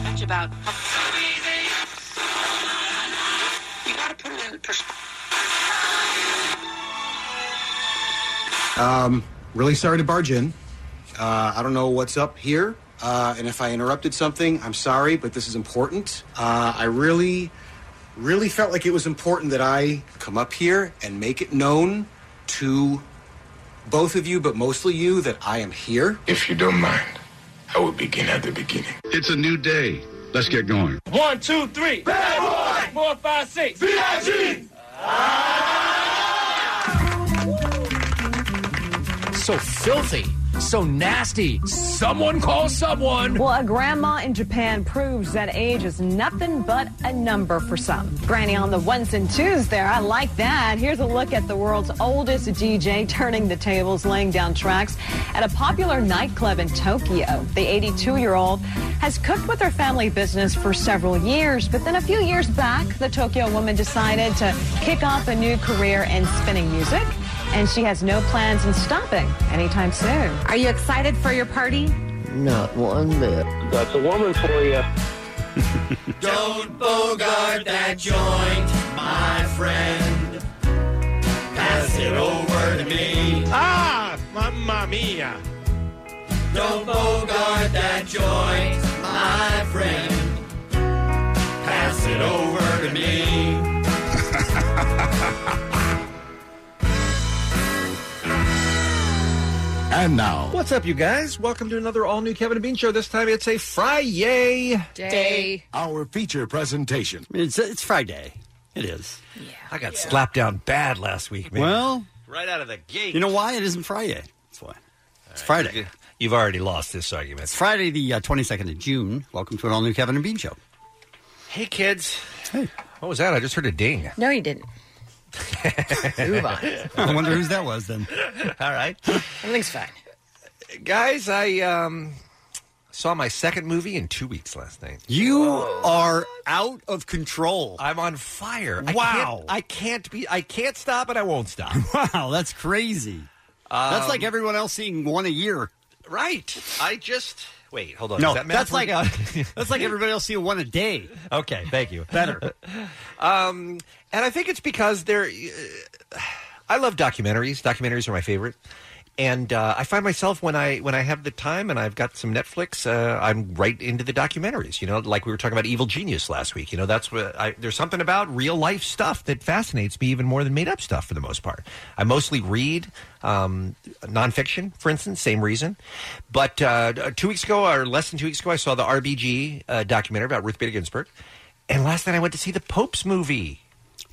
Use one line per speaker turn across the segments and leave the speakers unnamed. much about. You gotta put it in perspective.
Um, really sorry to barge in. Uh, I don't know what's up here, uh, and if I interrupted something, I'm sorry, but this is important. Uh, I really, really felt like it was important that I come up here and make it known to both of you, but mostly you, that I am here.
If you don't mind, I will begin at the beginning.
It's a new day. Let's get going.
One, two, three. Bad boy. Four, five, six. VIG.
Ah. So filthy. So nasty. Someone call someone.
Well, a grandma in Japan proves that age is nothing but a number for some. Granny on the ones and twos there. I like that. Here's a look at the world's oldest DJ turning the tables, laying down tracks at a popular nightclub in Tokyo. The 82 year old has cooked with her family business for several years, but then a few years back, the Tokyo woman decided to kick off a new career in spinning music. And she has no plans in stopping anytime soon.
Are you excited for your party?
Not one bit.
That's a woman for you.
Don't bogart that joint, my friend. Pass it over to me.
Ah, mamma mia.
Don't bogart that joint, my friend. Pass it over to me.
And now,
What's up, you guys? Welcome to another all new Kevin and Bean show. This time it's a Friday
Day. our feature presentation.
It's, it's Friday. It is. I got slapped down bad last week, man.
Well,
right out of the gate.
You know why? It isn't Friday. That's why. It's Friday.
You've already lost this argument.
It's Friday, the uh, 22nd of June. Welcome to an all new Kevin and Bean show.
Hey, kids. Hey. What was that? I just heard a ding.
No, you didn't. Move on.
I wonder whose that was then.
All right.
Everything's fine.
Guys, I um, saw my second movie in two weeks last night.
You are out of control.
I'm on fire.
Wow.
I can't, I can't be. I can't stop, and I won't stop.
Wow, that's crazy. that's
Um,
like everyone else seeing one a year.
Right. I just wait. Hold on.
No,
Is that
that's like a,
math-
that's like everybody else seeing one a day.
Okay, thank you.
Better.
um, and I think it's because they're. uh, I love documentaries. Documentaries are my favorite, and uh, I find myself when I when I have the time and I've got some Netflix, uh, I'm right into the documentaries. You know, like we were talking about Evil Genius last week. You know, that's what I, there's something about real life stuff that fascinates me even more than made up stuff for the most part. I mostly read um, nonfiction, for instance, same reason. But uh, two weeks ago, or less than two weeks ago, I saw the RBG uh, documentary about Ruth Bader Ginsburg. And last night I went to see the Pope's movie.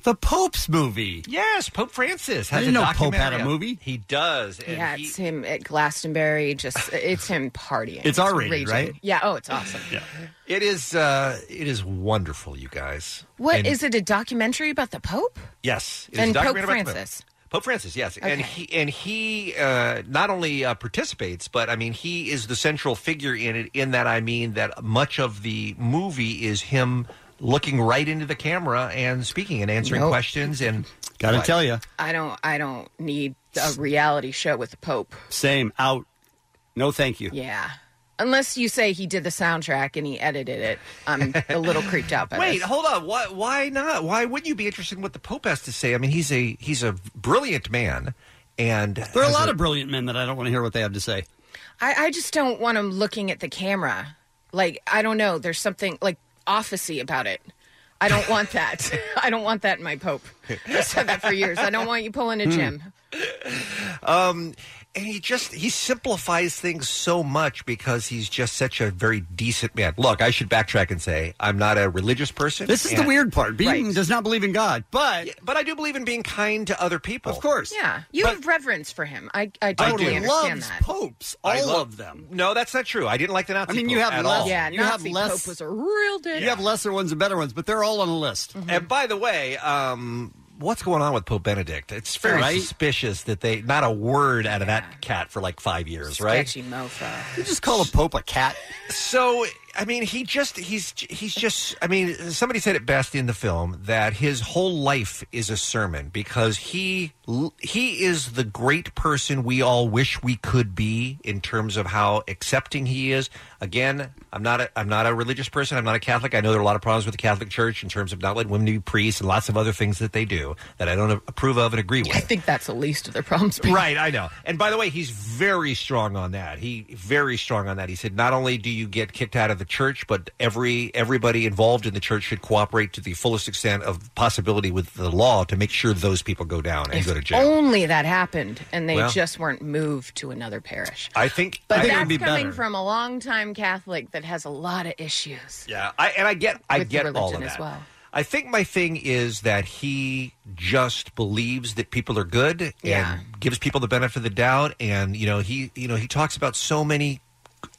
The Pope's movie.
Yes, Pope Francis
I
has
didn't
a
know Pope had a
documentary.
movie.
He does. And
Yeah, it's him at Glastonbury. Just it's him partying.
It's R-rated,
raging.
right?
Yeah. Oh, it's awesome. What is
It is uh it is wonderful, you guys. And-
it? A documentary about the Pope?
Yes. it is
And
a
Pope
documentary about the
Francis.
Pope Francis, yes,
Okay.
and he and he uh, not only uh, participates, but I mean he is the central figure in it. In that I mean that much of the movie is him looking right into the camera and speaking and answering
Nope.
questions. And
Gotta
What?
tell you,
I don't. I don't need a reality show with the Pope.
same out. No, thank you.
Yeah. Unless you say he did the soundtrack and he edited it, I'm a little creeped out by
Wait,
this.
hold on. Why? Why not? Why wouldn't you be interested in what the Pope has to say? I mean, he's a he's a brilliant man, and
There are a lot of brilliant men that I don't want to hear what they have to say.
I, I just don't want him looking at the camera. Like, I don't know. There's something like officey about it. I don't want that. I don't want that in my Pope. I said that for years. I don't want you pulling a
Hmm.
Jim.
Um, and he just he simplifies things so much because he's just such a very decent man. Look, I should backtrack and say I'm not a religious person.
This is the
and-
weird part. Beaton
Right.
does not believe in God, but
but I do believe in being kind to other people.
Of course.
Yeah, you have reverence for him. I I
I
totally
do.
understand
Loves
that.
Popes,
I love- No, that's not true. I didn't like the Nazi.
I mean, you
Pope
have
at
less-
all.
Yeah,
you have
Nazi
less-
Pope was a real dick.
You have lesser ones and better ones, but they're all on a list.
Mm-hmm. And by the way, um, what's going on with Pope Benedict? It's very
Right?
suspicious that they not a word out of that cat for like five years, right?
Sketchy mofo.
You just call a pope a cat.
So I mean, he just he's he's just I mean, somebody said it best in the film that his whole life is a sermon because he he is the great person we all wish we could be in terms of how accepting he is. Again, I'm not a, I'm not a religious person. I'm not a Catholic. I know there are a lot of problems with the Catholic Church in terms of not letting women be priests and lots of other things that they do that I don't approve of and agree with.
I think that's the least of their problems.
Right, I know. And by the way, he's very strong on that. He very strong on that. He said not only do you get kicked out of the church, but every everybody involved in the church should cooperate to the fullest extent of possibility with the law to make sure those people go down and go to jail.
Only that happened, and they
Well-
just weren't moved to another parish.
I think,
But
I think it would
that's
be
coming
better.
from a longtime Catholic that has a lot of issues.
Yeah, I, and I get I
with
get
religion
all of that.
as well.
I think my thing is that he just believes that people are good and
Yeah.
gives people the benefit of the doubt. And you know, he you know he talks about so many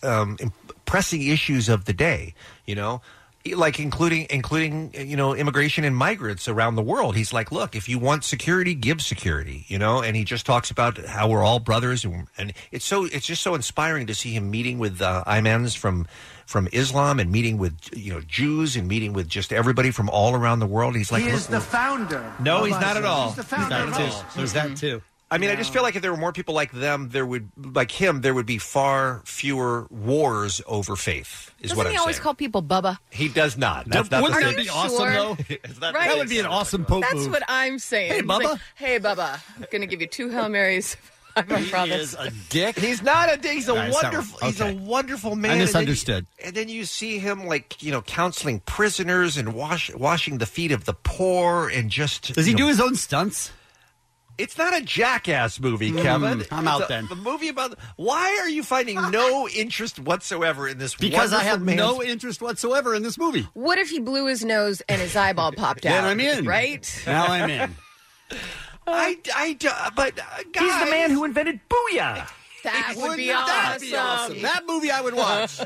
um, im- pressing issues of the day. You know. e, Like including including you know immigration and migrants around the world. He's like, look, if you want security, give security. You know, and he just talks about how we're all brothers, and, and it's so it's just so inspiring to see him meeting with uh, imams from from Islam and meeting with you know Jews and meeting with just everybody from all around the world. He's like
he is
look-
the founder.
No,
of
he's not at
ISIS.
all.
He's the founder of ISIS.
too.
Mm-hmm. I mean, I just feel like if there were more people like them, there would like him, there would be far fewer wars over faith. Is
Doesn't
what
he
I'm
always
saying.
call people Bubba?
he does not. That's not
Wouldn't
the
that
same-
be awesome, though?
Is that-
Right.
That would be an awesome pope
That's
move.
what I'm saying.
Hey,
He's like,
Bubba.
hey, Bubba. I'm going to give you two Hail Marys. I promise.
a dick.
He's not a dick. He's a
All right, it's not-
wonderful. He's a
okay.
wonderful man.
I
and then you-
misunderstood.
And then you see him like you know counseling prisoners and wash, washing the feet of the poor and just.
Does he
you know-
do his own stunts?
It's not a jackass movie,
Mm,
Kevin.
I'm
It's
out
a-
then.
The movie about why are you finding no interest whatsoever in this?
Because I have no
interest.
interest whatsoever in this movie.
What if he blew his nose and his eyeball popped out?
Then I'm in.
Right?
Now I'm in.
I, I, do- but uh, guys,
He's the
man who invented booyah.
That would
Wouldn't
be
that be awesome? That movie I would watch.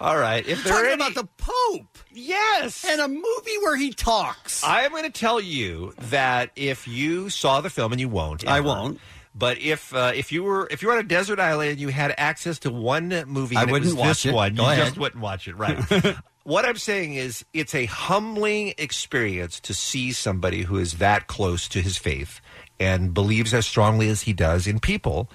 All right, if there are
Talking
any,
about the Pope.
Yes.
And a movie where he talks.
I am going to tell you that if you saw the film and you won't, I won't. But if uh, if you were if you were on a desert island and you had access to one movie,
I
and
wouldn't
it was
watch
this
it.
one.
Go
you
ahead.
just wouldn't watch it, right? what I'm saying is, it's a humbling experience to see somebody who is that close to his faith and believes as strongly as he does in people,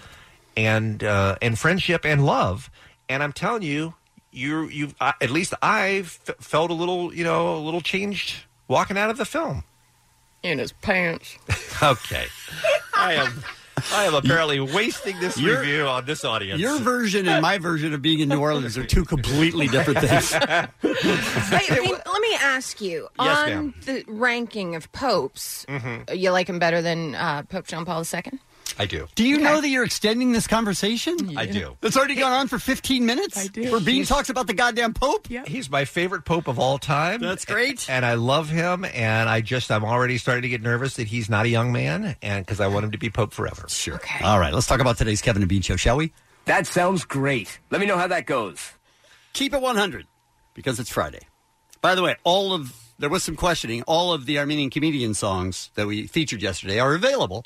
and uh, and friendship and love. And I'm telling you, you you uh, at least I f- felt a little you know a little changed walking out of the film.
In his pants.
Okay, I am I am apparently wasting this
Your-
review on this audience.
Your version and my version of being in New Orleans are two completely different things.
Wait, I mean, let me ask you
Yes,
on
ma'am.
the ranking of popes,
Mhm.
you like him better than uh, Pope John Paul II?
I do.
Do you know that you're extending this conversation?
I do.
It's already gone on for 15 minutes. I do. Where Bean talks about the goddamn Pope.
Yeah.
He's my favorite pope of all time.
That's great.
And I love him. And I just, I'm already starting to get nervous that he's not a young man and because I want him to be pope forever.
Sure. All right, let's talk about today's Kevin and Bean show, shall we? That sounds great. Let me know how that goes. Keep it 100 because it's Friday. By the way, all of there was some questioning. All of the Armenian comedian songs that we featured yesterday are available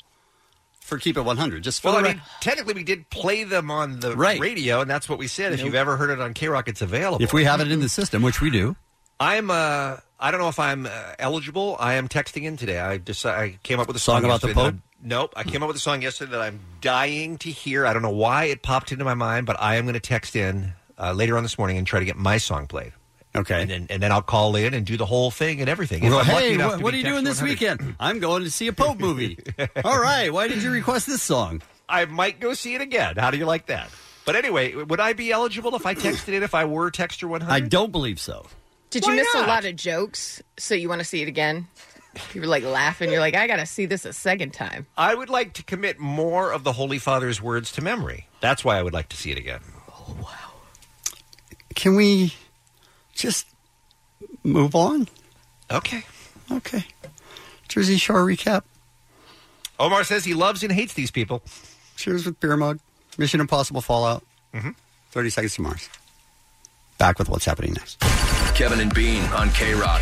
for Keep It 100. Just for
Well, I
the
mean, technically, we did play them on the
Right.
radio, and that's what we said. If
Nope.
you've ever heard it on K Rock, it's available.
if we have it in the system, which we do.
I'm, uh, I don't know if I'm uh, eligible. I am texting in today. I just, I came up with a song,
Song about the
yesterday that
Pope?
I'm- Nope. I came up with a song yesterday that I'm dying to hear. I don't know why it popped into my mind, but I am going to text in uh, later on this morning and try to get my song played.
Okay.
And then, and then I'll call in and do the whole thing and everything.
We'll
If
go,
I'm lucky
hey,
enough
what,
to
what
be
are you
text
doing this
100."
weekend? I'm going to see a Pope movie. All right, why did you request this song?
I might go see it again. How do you like that? But anyway, would I be eligible if I texted it if I were Texter 100? I
don't believe so.
Did you miss a lot of jokes? So you want to see it again? You were like laughing. You're like, I got to see this a second time.
I would like to commit more of the Holy Father's words to memory. That's why I would like to see it again.
Can we just move on?
Okay.
Okay. Jersey Shore recap.
Omar says he loves and hates these people.
Cheers with beer mug. Mission Impossible Fallout. Mm-hmm. 30 Seconds to Mars. Back with what's happening next.
Kevin and Bean on K Rock.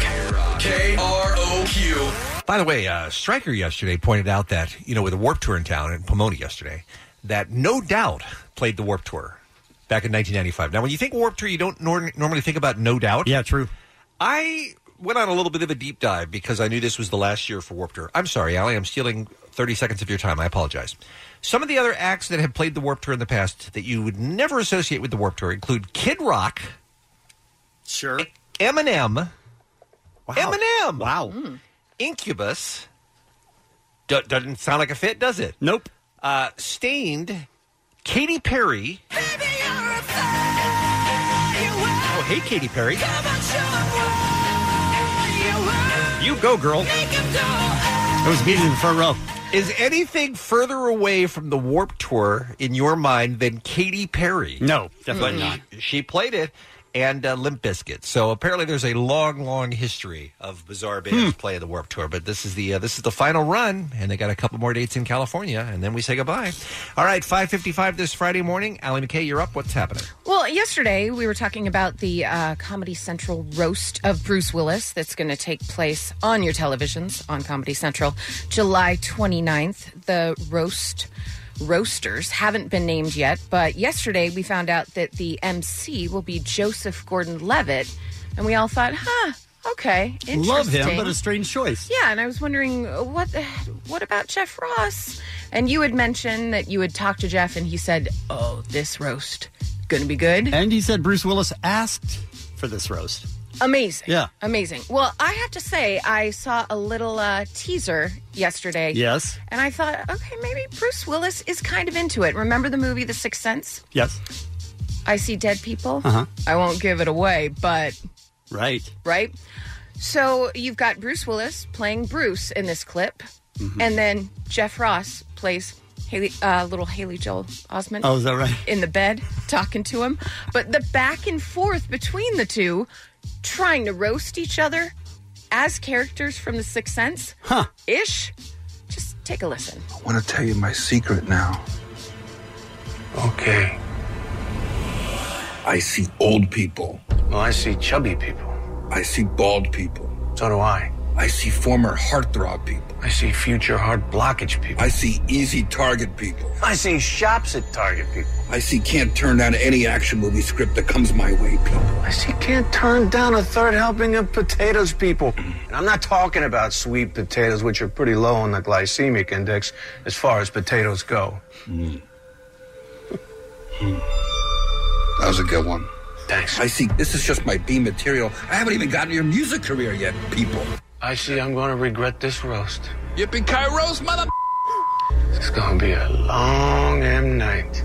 K R O Q.
By the way, uh, Stryker yesterday pointed out that, you know, with the Warp Tour in town in Pomona yesterday, that No Doubt played the Warp Tour back in 1995. Now, when you think Warp Tour, you don't nor- normally think about No Doubt.
Yeah, true.
I went on a little bit of a deep dive because I knew this was the last year for Warp Tour. I'm sorry, Allie, I'm stealing 30 seconds of your time. I apologize. Some of the other acts that have played the Warp Tour in the past that you would never associate with the Warp Tour include Kid Rock.
Sure.
Eminem. Eminem. Wow. Hmm. Incubus. Do- doesn't sound like a fit, does it?
Nope.
Uh, Stained. Katy Perry. Oh, hey, Katy Perry. You go, girl.
It was me in the front row.
Is anything further away from the Warp Tour in your mind than Katy Perry?
No, definitely
But
not.
She played it, and uh, Limp Bizkit. So apparently, there's a long, long history of bizarre
Hmm.
bands play the Warp Tour. But this is the uh, this is the final run, and they got a couple more dates in California, and then we say goodbye. All right, five fifty five this Friday morning. Allie McKay, you're up. What's happening?
Well, yesterday we were talking about the uh, Comedy Central roast of Bruce Willis that's going to take place on your televisions on Comedy Central July 29th. The roast roasters haven't been named yet, but yesterday we found out that the MC will be Joseph Gordon Levitt, and we all thought, huh, okay, interesting.
Love him, but a strange choice.
Yeah, and I was wondering uh, what the- what about Jeff Ross? And you had mentioned that you had talked to Jeff, and he said, "Oh, this roast going to be good."
And he said Bruce Willis asked for this roast.
amazing,
Yeah.
amazing." Well, I have to say, I saw a little uh, teaser yesterday.
Yes.
and I thought, okay, maybe Bruce Willis is kind of into it. Remember the movie The Sixth Sense?
Yes.
I see dead people.
Uh huh.
I won't give it away, but
Right.
right? So you've got Bruce Willis playing Bruce in this clip,
Mm-hmm.
and then Jeff Ross plays Haley, uh, little Haley Joel Osment.
Oh, is that right?
In the bed, talking to him. But the back and forth between the two, trying to roast each other as characters from The Sixth Sense, huh? Ish. Just take a listen.
I want to tell you my secret now. Okay. I see old people. Well, I see chubby people. I see bald people. So do I. I see former heartthrob people. I see future heart blockage people. I see easy target people. I see shops at Target people. I see can't turn down any action movie script that comes my way people.
I see can't turn down a third helping of potatoes, people. And I'm not talking about sweet potatoes, which are pretty low on the glycemic index as far as potatoes go.
Hmm. Hmm. That was a good one. Thanks. I see this is just my B material. I haven't even gotten your music career yet, people.
I see I'm going to regret this roast.
Yippee ki roast, mother.
It's going to be a long M night.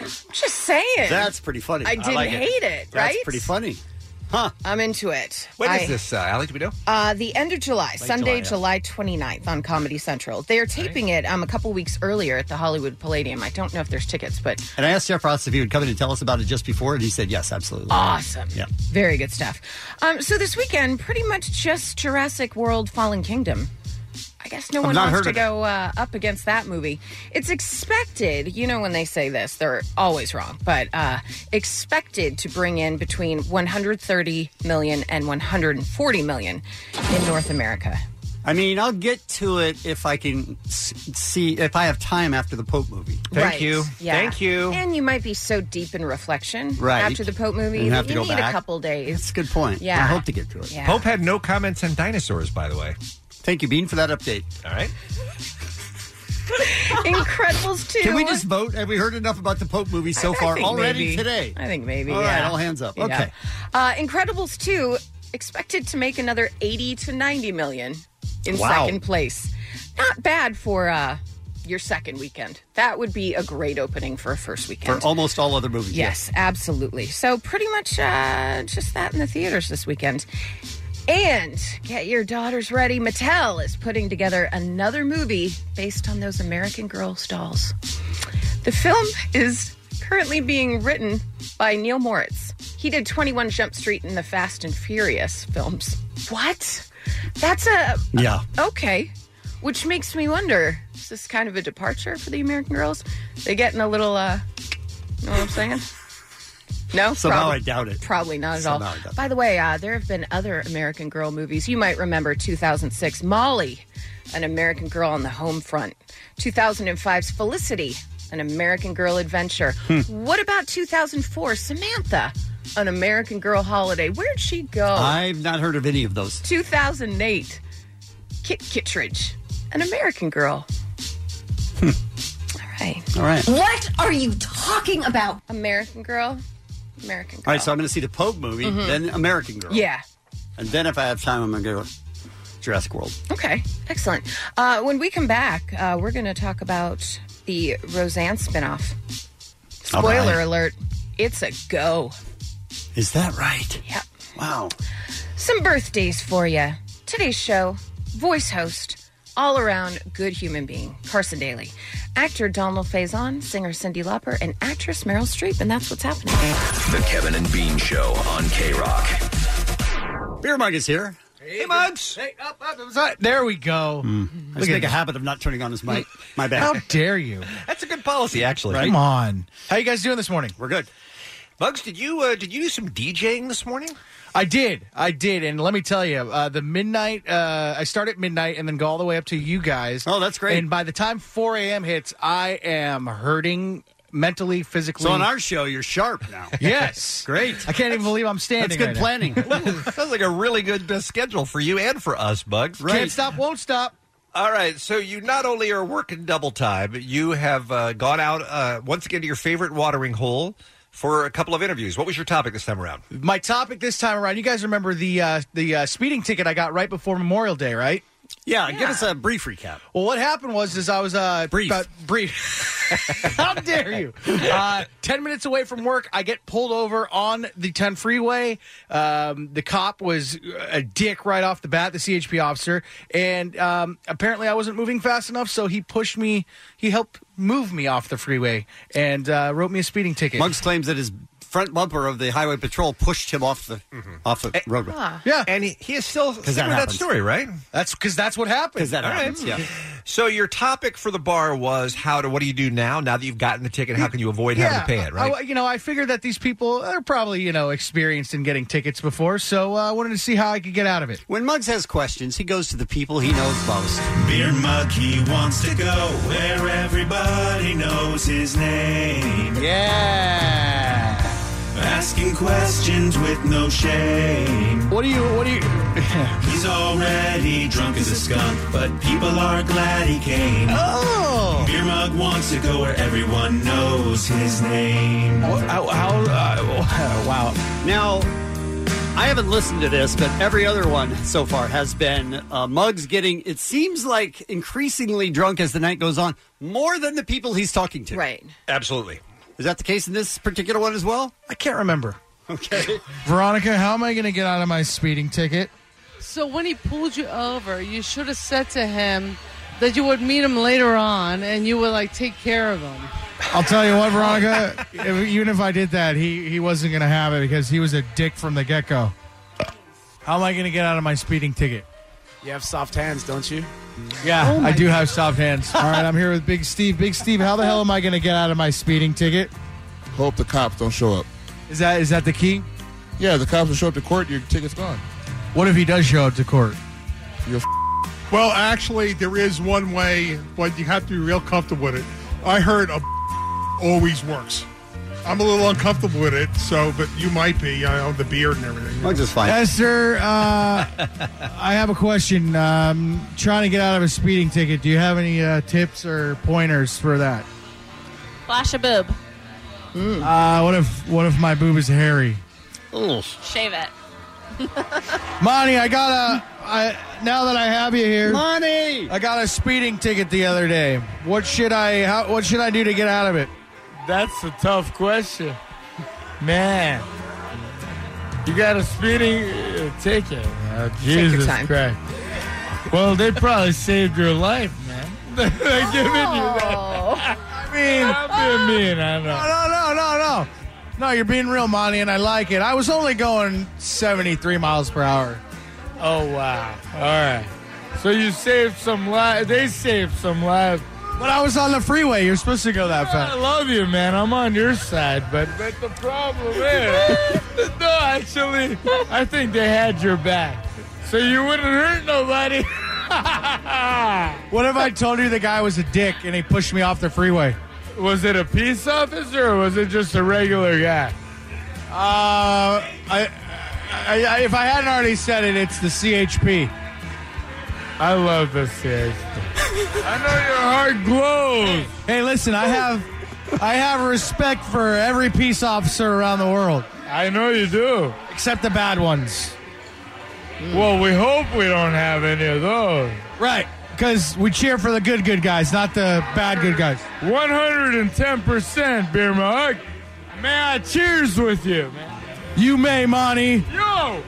Just saying.
That's pretty funny.
I didn't
like
hate it, right?
That's pretty funny.
Huh? I'm into it.
When is
I-
this, uh, Allie? Do we know?
Uh, the end of July,
Late
Sunday,
July,
July, 29th on Comedy Central. They are taping it um, a couple weeks earlier at the Hollywood Palladium. I don't know if there's tickets, but
And I asked Jeff Ross if he would come in and tell us about it just before, and he said yes, absolutely.
Awesome.
Yeah.
very good stuff. Um, so this weekend, pretty much just Jurassic World Fallen Kingdom. I guess no
I've
one
not
wants
heard
to
of it.
go uh, up against that movie. It's expected, you know, when they say this, they're always wrong, but uh, expected to bring in between 130 million and 140 million in North America.
I mean, I'll get to it if I can s- see if I have time after the Pope movie.
Right. Yeah. And you might be so deep in reflection
Right.
after the Pope
And
movie
you have
that
to
you
go
need a
back.
couple days. That's
a good point.
Yeah.
I hope to get to it.
Yeah.
Pope had no comments on dinosaurs, by the way.
Thank you, Bean, for that update.
All right.
Incredibles 2.
Can we just vote? Have we heard enough about the Pope movie so
I
far
think
already
maybe.
today?
I think maybe.
All right,
yeah.
all hands up.
Yeah.
Okay.
Uh, Incredibles 2 expected to make another 80 to 90 million in
Wow.
second place. Not bad for uh, your second weekend. That would be a great opening for a first
For
weekend.
almost all other movies.
Yes, absolutely. So pretty much uh, just that in the theaters this weekend. And get your daughters ready. Mattel is putting together another movie based on those American Girls dolls. The film is currently being written by Neil Moritz. He did 21 Jump Street and the Fast and Furious films. What? That's a.
Yeah.
Okay. Which makes me wonder is this kind of a departure for the American Girls? They getting a little, uh, you know what I'm saying? No?
Somehow
Prob-
I doubt it.
Probably not at all.
Somehow I doubt it.
By the way, uh, there have been other American Girl movies. You might remember 2006 Molly, an American Girl on the Home Front. 2005's Felicity, an American Girl Adventure.
Hmm.
What about 2004 Samantha, an American Girl Holiday? Where'd she go?
I've not heard of any of those.
2008 Kit Kittredge, an American Girl. All right.
Hmm. All right.
What are you talking about? American Girl. American.
All right, so I'm going to see the Pogue movie,
Mhm.
then American Girl.
Yeah.
And then if I have time, I'm going to go to Jurassic World.
Okay. Excellent. Uh, when we come back, uh, we're going to talk about the Roseanne spinoff.
All
Spoiler
right.
alert. It's a go.
Is that right?
Yep.
Wow.
Some birthdays for you. Today's show, voice host, all around good human being, Carson Daly. Actor Donald Faison, singer Cindy Lauper, and actress Meryl Streep. And that's what's happening.
The Kevin and Bean Show on K Rock.
Beer Mug is here.
Hey, Mugs. Hey, up, up. I'm sorry. There we go.
Mm.
Mm-hmm.
I just
at
make a
you.
habit of not turning on his mic. My bad.
How dare you?
That's a good policy, actually.
Come on. How you guys doing this morning?
We're good.
Bugs, did you uh, did you do some DJing this morning?
I did. I did. And let me tell you, uh, the midnight, uh, I start at midnight and then go all the way up to you guys. Oh, that's
great.
And by the time 4 a.m. hits, I am hurting mentally, physically.
So on our show, you're sharp now.
Yes.
Great.
I can't even believe I'm standing.
That's good
right now.
planning. Sounds like a really good uh, schedule for you and for us, Bugs.
Can't stop, won't stop.
All right, so you not only are working double time, you have uh, gone out uh, once again to your favorite watering hole for a couple of interviews. What was your topic this time around?
My topic this time around, you guys remember the uh, the uh, speeding ticket I got right before Memorial Day, right?
Yeah, give us a brief recap.
Well, what happened was is I was uh, brief. brief. How dare you? Uh, ten minutes away from work, I get pulled over on the ten freeway. Um, the cop was a dick right off the bat, the CHP officer, and um, apparently I wasn't moving fast enough, so he pushed me. He helped move me off the freeway and uh, wrote me a speeding ticket.
Muggs claims that his front bumper of the highway patrol pushed him off the off the roadway.
Yeah,
and he, he is still sticking
that
with that
happens.
story, right?
That's because that's what happened.
Because that happens, yeah.
So your topic for the bar was how to what do you do now? Now that you've gotten the ticket, how can you avoid having to pay it? Right?
I- you know, I figured that these people are probably, you know, experienced in getting tickets before, so uh, I wanted to see how I could get out of it.
When Muggs has questions, he goes to the people he knows most.
Beer mug, he wants to go where everybody knows his name.
Yeah.
Asking questions with no shame.
What do you, what do you.
He's already drunk as a skunk, but people are glad he came.
Oh.
Beer mug wants to go where everyone knows his name.
uh,
wow. Now, I haven't listened to this, but every other one so far has been uh, Muggs getting, it seems like, increasingly drunk as the night goes on, more than the people he's talking to.
Right.
Absolutely.
Is that the case in this particular one as well?
I can't remember.
Okay.
Veronica, how am I going to get out of my speeding ticket?
So when he pulled you over, you should have said to him that you would meet him later on and you would like take care of him.
I'll tell you what, Veronica, if- even if I did that, he, he wasn't going to have it because he was a dick from the get go. How am I going to get out of my speeding ticket?
You have soft hands, don't you?
Yeah,
Oh my
I do have soft hands. All right, I'm here with Big Steve. Big Steve, how the hell am I going to get out of my speeding ticket?
Hope the cops don't show up.
Is that is that the key?
Yeah, the cops will show up to court, your ticket's gone.
What if he does show up to court?
You're
Well, actually, there is one way, but you have to be real comfortable with it. I heard a always works. I'm a little uncomfortable with it, so but you might be. I know the beard and everything.
Muggs is fine.
Yes, sir. Uh, I have a question. Um, trying to get out of a speeding ticket. Do you have any uh, tips or pointers for that?
Flash a boob.
Uh, what if what if my boob is hairy?
Shave it.
Monty, I got a. I now that I have you here,
Monty,
I got a speeding ticket the other day. What should I? How, what should I do to get out of it?
That's a tough question. Man, you got a speeding uh, ticket. now.
your
Jesus
time.
Christ. Well, they probably saved your life, man. They're giving you that. I mean, I'm being mean, I know.
No, no, no, no, no. No, you're being real, Monty, and I like it. I was only going 73 miles per hour.
Oh wow! All right. So you saved some lives. They saved some lives.
But I was on the freeway. You're supposed to go that
I
fast.
love you, man. I'm on your side, but but the problem is, no, actually, I think they had your back, so you wouldn't hurt nobody.
What if I told you the guy was a dick and he pushed me off the freeway?
was it a peace officer or was it just a regular guy?
Uh, I, I, I, if I hadn't already said it, it's the CHP.
I love the CHP. I know your heart glows.
Hey, listen, I have, I have respect for every peace officer around the world.
I know you do,
except the bad ones.
Well, we hope we don't have any of those.
Right, because we cheer for the good, good guys, not the bad, good guys.
110% beer mug. Man, I cheers with you, man.
You may, Monty.
Yo!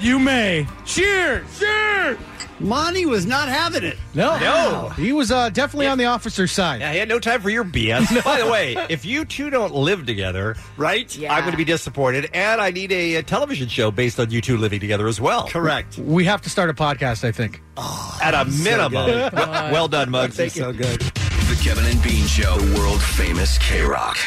You may.
Cheers! Cheers!
Lonnie was not having it.
No,
No.
He was uh, definitely on the officer side.
Yeah, he had no time for your BS. By the way, if you two don't live together, right, I'm going to be disappointed, and I need a, a television show based on you two living together as well.
Correct.
We have to start a podcast, I think.
At a
so
minimum.
good.
well done, Muggs.
Thank you.
good.
The Kevin and Bean Show, the world famous K Rock.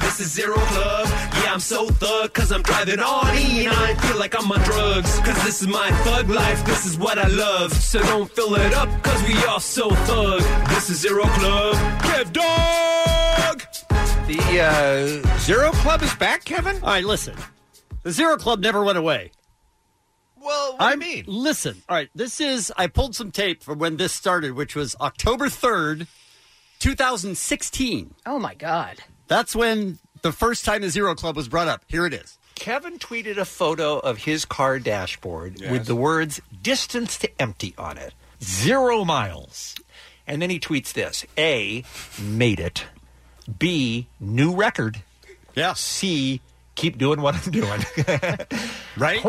This is Zero Club. Yeah, I'm so thug because I'm driving on E and I feel like I'm on drugs. Because this is my thug life. This is what I love. So don't fill it up because we are so thug. This is Zero Club. Kev Dog!
The uh, Zero Club is back, Kevin?
All right, listen. The Zero Club never went away.
Well, what
I mean, listen. All right, this is I pulled some tape from when this started, which was October third, two thousand sixteen.
Oh my God.
That's when the first time the Zero Club was brought up. Here it is.
Kevin tweeted a photo of his car dashboard with the words distance to empty on it zero miles. And then he tweets this A, made it. B, new record.
Yeah.
C, keep doing what I'm doing.
right?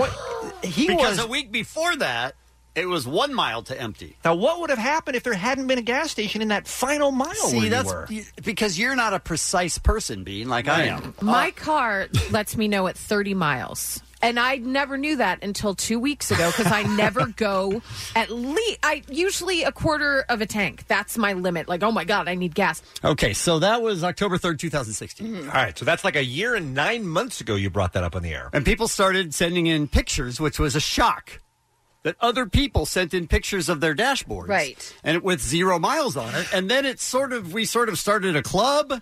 he
because
was.
a week before that, it was one mile to empty.
now, what would have happened if there hadn't been a gas station in that final mile where
See,
you
that's
were?
because you're not a precise person, Bean, like I am.
Uh,
My car lets me know at 30 miles. And I never knew that until two weeks ago because I never go at least, I usually a quarter of a tank. That's my limit. Like, oh my God, I need gas.
Okay, so that was October 3rd, 2016.
All right, so that's like a year and nine months ago you brought that up on the air.
And people started sending in pictures, which was a shock that other people sent in pictures of their dashboards.
Right.
And it- with zero miles on it. And then it sort of, we sort of started a club.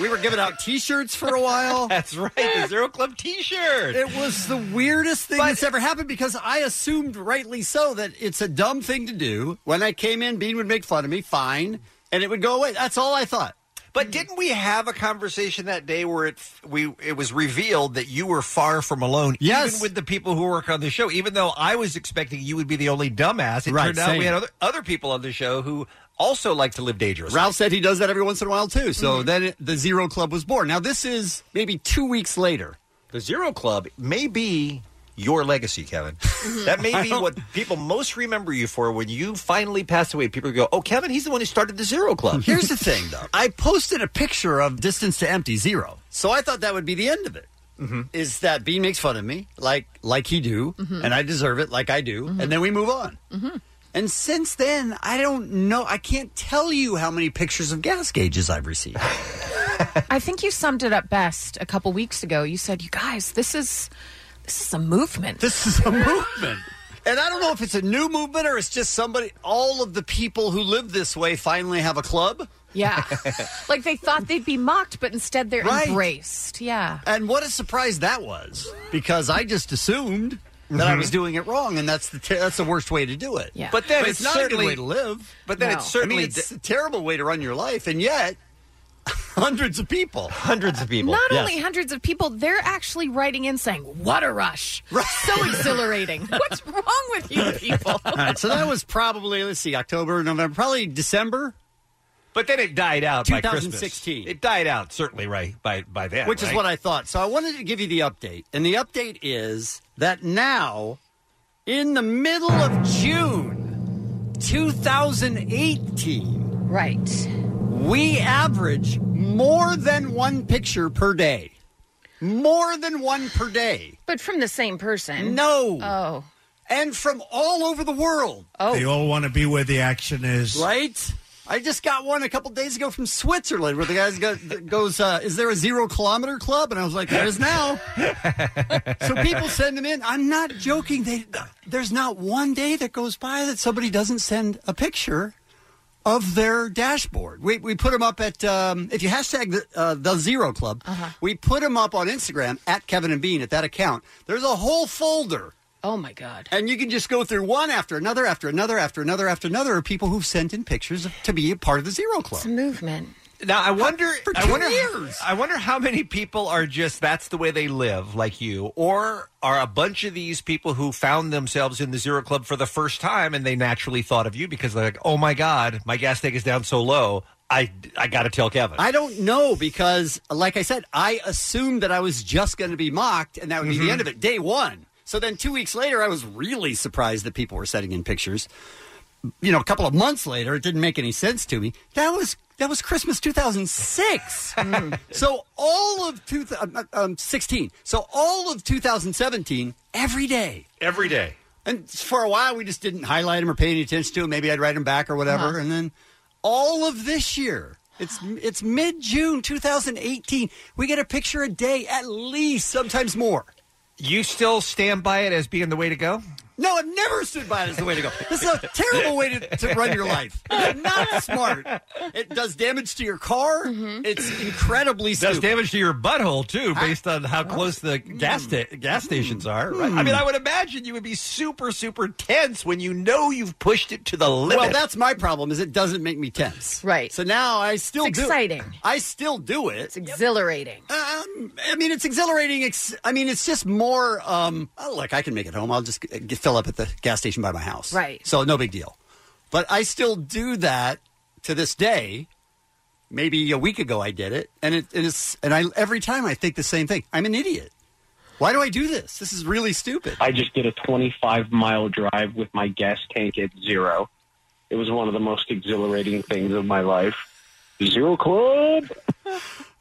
We were giving out t shirts for a while.
That's right, the Zero Club t shirt.
It was the weirdest thing that's ever happened because I assumed, rightly so, that it's a dumb thing to do. When I came in, Bean would make fun of me, fine, and it would go away. That's all I thought.
But didn't we have a conversation that day where it we it was revealed that you were far from alone?
Yes.
even with the people who work on the show. Even though I was expecting you would be the only dumbass, it
Right,
turned out
same.
we had other other people on the show who also like to live dangerously.
Ralph said he does that every once in a while too. So
Mm-hmm.
then it, the Zero Club was born. Now this is maybe two weeks later.
The Zero Club may be your legacy, Kevin.
Mm-hmm.
that may be what people most remember you for when you finally passed away. People go, "Oh, Kevin, he's the one who started the Zero Club."
Here's the thing, though. I posted a picture of distance to empty zero, so I thought that would be the end of it. Is
Mm-hmm.
that Bean makes fun of me like like he do,
Mm-hmm.
Mhm.
and I deserve it like I do, and then we move on. And since then, I don't know. I can't tell you how many pictures of gas gauges I've received.
I think you summed it up best a couple weeks ago. You said, you guys, this is. This is a movement.
This is a movement. And I don't know if it's a new movement or it's just somebody. All of the people who live this way finally have a club.
Yeah. like they thought they'd be mocked, but instead they're
Right.
embraced. Yeah.
And what a surprise that was, because I just assumed that I was doing it wrong, and that's the ter- that's the worst way to do it.
Yeah.
Mm-hmm. But then
it's,
it's
not
certainly-
a good way to live.
but then No. it's certainly
I mean, it's a terrible way to run your life, and yet hundreds of people,
hundreds of people,
Not only hundreds of people, they're actually writing in saying, What a rush. So exhilarating. What's wrong with you people?
All right, so that was probably let's see, October, November, probably December.
But then it died out by Christmas.
2016.
It died out certainly right by by then,
which is
right?
what I thought. So I wanted to give you the update, and the update is that now in the middle of June 2018.
Right.
We average more than one picture per day. More than one per day.
But from the same person.
No.
Oh.
And from all over the world.
Oh.
They all want to be where the action is.
Right? I just got one a couple days ago from Switzerland where the guy goes, uh, Is there a zero kilometer club? And I was like, There is now. so people send them in. I'm not joking. They, there's not one day that goes by that somebody doesn't send a picture of their dashboard. We, we put them up at, um, if you hashtag the, uh, the Zero Club,
Uh-huh.
we put them up on Instagram at Kevin and Bean at that account. There's a whole folder.
Oh my God.
And you can just go through one after another, after another, after another, after another of people who've sent in pictures to be a part of the Zero Club. It's
a movement.
Now I wonder.
For
I
two
wonder.
years.
I wonder how many people are just that's the way they live, like you, or are a bunch of these people who found themselves in the Zero Club for the first time and they naturally thought of you because they're like, oh my god, my gas tank is down so low. I I got to tell Kevin.
I don't know because, like I said, I assumed that I was just going to be mocked and that would be the end of it, day one. So then two weeks later, I was really surprised that people were sending in pictures. You know, a couple of months later, it didn't make any sense to me. That was that was Christmas 2006. so all of two, um, um, 16. So all of 2017, every day,
every day.
And for a while, we just didn't highlight them or pay any attention to them. Maybe I'd write them back or whatever. And then all of this year. It's it's mid June 2018. We get a picture a day at least, sometimes more.
You still stand by it as being the way to go?
No, I've never stood by it as the way to go. This is a terrible way to, to run your life. It's not smart. It does damage to your car. It's incredibly
Does
stupid.
damage to your butthole too, based on how close the
mm.
gas sta- gas stations are. Right? I mean, I would imagine you would be super super tense when you know you've pushed it to the limit.
Well, that's my problem. Is it doesn't make me tense. Right. So now I still
It's
do-
exciting.
I still do it. It's
Exhilarating.
Um, I mean, it's exhilarating. Ex- I mean, it's just more. Um, oh, look, I can make it home. I'll just uh, get, fill up at the gas station by my house.
Right.
So no big deal. But I still do that to this day. Maybe a week ago I did it, and it, it is. And I every time I think the same thing. I'm an idiot. Why do I do this? This is really stupid.
I just did a 25 mile drive with my gas tank at zero. It was one of the most exhilarating things of my life. Zero Club.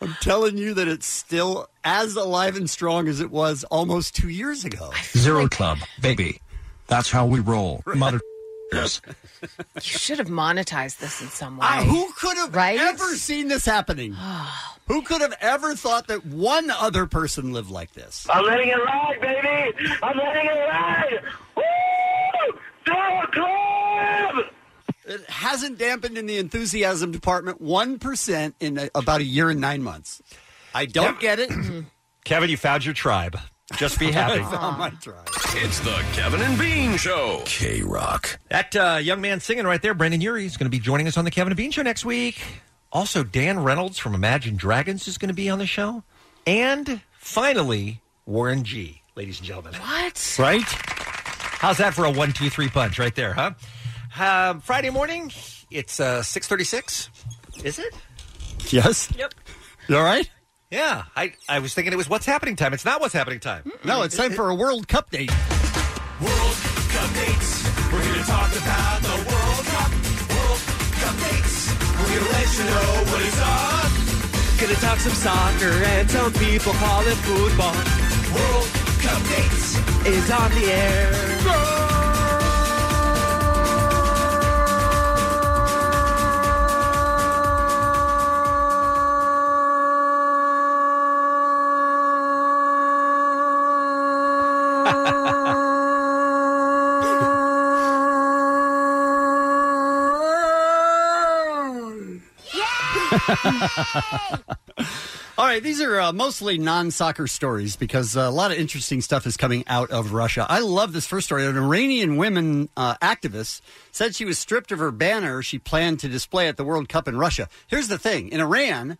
I'm telling you that it's still as alive and strong as it was almost two years ago.
Zero Club, baby. That's how we roll, mother.
You should have monetized this in some way.
Uh, who could have ever seen this happening? who could have ever thought that one other person lived like this?
I'm letting it ride, baby. I'm letting it ride. Woo! Zero Club.
It hasn't dampened in the enthusiasm department one percent in a, about a year and nine months. I don't get it.
Kevin, you found your tribe. Just be happy.
I found my tribe.
It's the Kevin and Bean Show. K Rock.
That uh, young man singing right there, Brendan Urie, is going to be joining us on the Kevin and Bean Show next week. Also, Dan Reynolds from Imagine Dragons is going to be on the show. And finally, Warren G, ladies and gentlemen.
What?
Right? How's that for a one, two, three punch right there, huh? Um, Friday morning, it's uh, 636. Is it?
Yes.
Yep.
You all right?
Yeah. I, I was thinking it was What's Happening time. It's not What's Happening time.
No, it's time for a World Cup date.
World Cup dates. We're going to talk about the World Cup. World Cup dates. We're going to let you know what is up.
Gonna talk some soccer and some people call it football. World Cup dates is on the air.
All right, these are uh, mostly non-soccer stories because uh, a lot of interesting stuff is coming out of Russia. I love this first story. An Iranian women uh, activist said she was stripped of her banner she planned to display at the World Cup in Russia. Here's the thing: in Iran,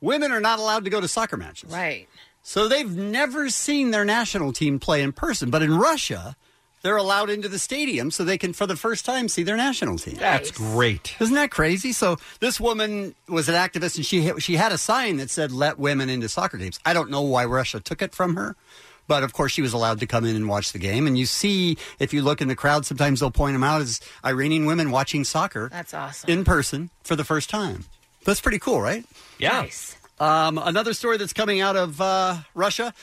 women are not allowed to go to soccer matches.
Right.
So they've never seen their national team play in person, but in Russia, they're allowed into the stadium so they can, for the first time, see their national team.
That's great.
Isn't that crazy? So this woman was an activist, and she she had a sign that said "Let women into soccer games." I don't know why Russia took it from her, But of course, she was allowed to come in and watch the game. And you see, if you look in the crowd, sometimes they'll point them out as Iranian women watching soccer
That's awesome.
in person for the first time. That's pretty cool, right?
Yeah.
Um, another story that's coming out of uh, Russia,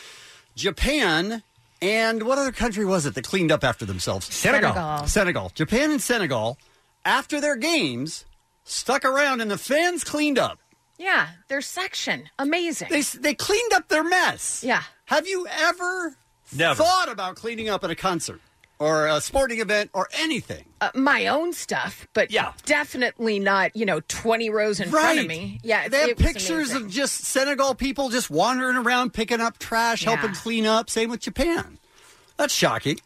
Japan, and what other country was it that cleaned up after themselves?
Senegal. Senegal.
Senegal. Japan and Senegal, after their games, stuck around and the fans cleaned up.
Yeah, their section. Amazing.
They, they cleaned up their mess.
Yeah.
Have you ever
Never.
thought about cleaning up at a concert or a sporting event or anything?
Uh, my own stuff, but yeah. definitely not, you know, 20 rows in front of me. Yeah,
they have
it was
pictures
amazing.
of just Senegal people just wandering around picking up trash, helping clean up. Same with Japan. That's shocking.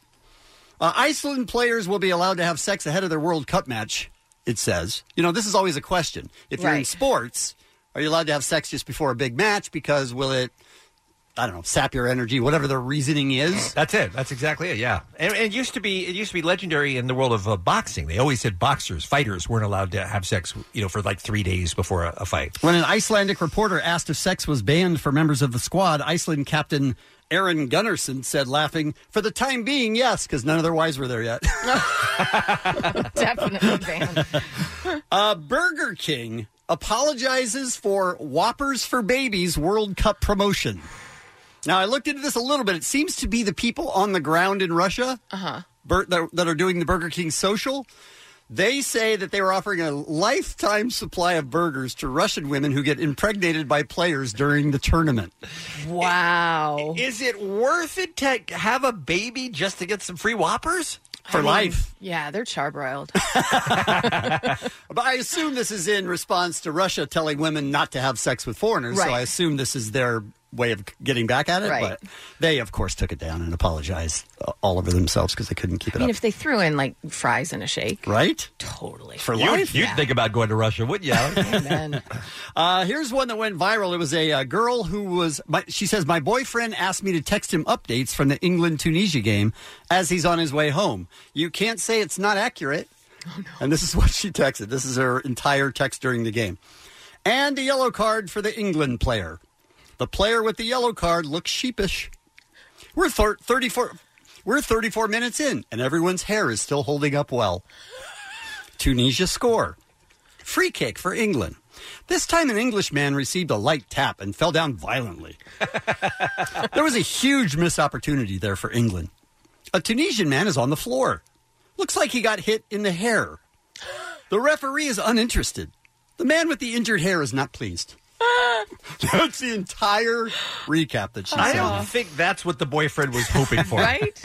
Uh, Iceland players will be allowed to have sex ahead of their World Cup match. It says, you know, this is always a question. If you're in
Right.
sports, are you allowed to have sex just before a big match? Because will it, I don't know, sap your energy, whatever the reasoning is.
That's it. That's exactly it. Yeah, and, and it used to be it used to be legendary in the world of uh, boxing. They always said boxers, fighters weren't allowed to have sex, you know, for like three days before a, a fight.
When an Icelandic reporter asked if sex was banned for members of the squad, Iceland captain Aaron Gunnarsson said, laughing, for the time being, yes, because none of their wives were there yet.
Definitely banned.
uh, Burger King apologizes for Whoppers for Babies World Cup promotion. Now, I looked into this a little bit. It seems to be the people on the ground in Russia
Uh-huh.
Bur- that, that are doing the Burger King social. They say that they were offering a lifetime supply of burgers to Russian women who get impregnated by players during the tournament.
Wow.
Is it worth it to have a baby just to get some free whoppers?
For life.
Yeah, they're charbroiled.
But I assume this is in response to Russia telling women not to have sex with foreigners. So
Right.
I assume this is their way of getting back at it.
Right.
But they, of course, took it down and apologized uh, all over themselves because they couldn't keep
I
it
mean,
up.
if they threw in like fries and a shake.
right?
Totally.
For
You'd-
life.
You'd, think about going to Russia, wouldn't you? Alex?
Uh, here's one that went viral. It was a uh, girl who was, my, she says, My boyfriend asked me to text him updates from the England Tunisia game as he's on his way home. You can't say it's not accurate. And this is what she texted. This is her entire text during the game. And a yellow card for the England player. The player with the yellow card looks sheepish. We're thir- 34. We're 34 minutes in, and everyone's hair is still holding up well. Tunisia score. Free kick for England. This time, an Englishman received a light tap and fell down violently. there was a huge missed opportunity there for England. A Tunisian man is on the floor. Looks like he got hit in the hair. The referee is uninterested. The man with the injured hair is not pleased. That's the entire recap that she
I
sent me.
don't think that's what the boyfriend was hoping for.
Right?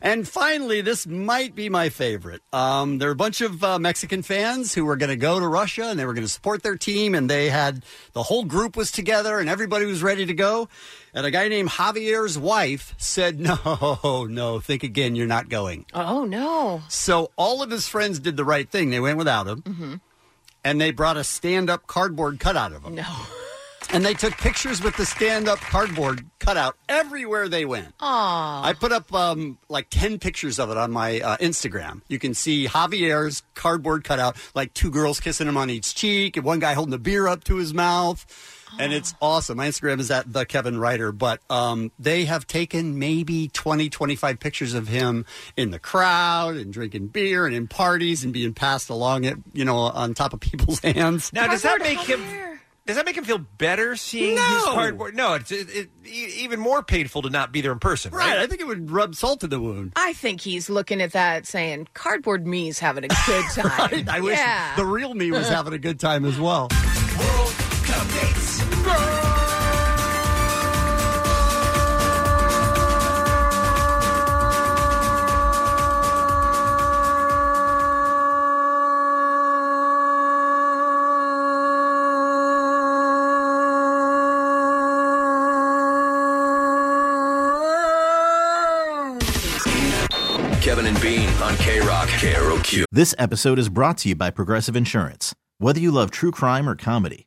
And finally, this might be my favorite. Um, there are a bunch of uh, Mexican fans who were going to go to Russia and they were going to support their team. And they had the whole group was together and everybody was ready to go. And a guy named Javier's wife said, No, no, think again. You're not going.
Oh, no.
So all of his friends did the right thing. They went without him
Mm-hmm.
and they brought a stand up cardboard cutout of him.
No.
And they took pictures with the stand up cardboard cutout everywhere they went.
Aw.
I put up um, like 10 pictures of it on my uh, Instagram. You can see Javier's cardboard cutout, like two girls kissing him on each cheek, and one guy holding a beer up to his mouth. And it's awesome. My Instagram is at the Kevin Ryder, but um, they have taken maybe 20, 25 pictures of him in the crowd and drinking beer and in parties and being passed along it, you know, on top of people's hands.
Now, does that make him? Does that make him feel better seeing his
No.
cardboard? No, it's it, it, e- even more painful to not be there in person. Right?
I think it would rub salt in the wound.
I think he's looking at that saying, cardboard me's having a good time.
I wish
Yeah.
the real me was having a good time as well.
Kevin and Bean on K Rock. K R O Q.
This episode is brought to you by Progressive Insurance. Whether you love true crime or comedy,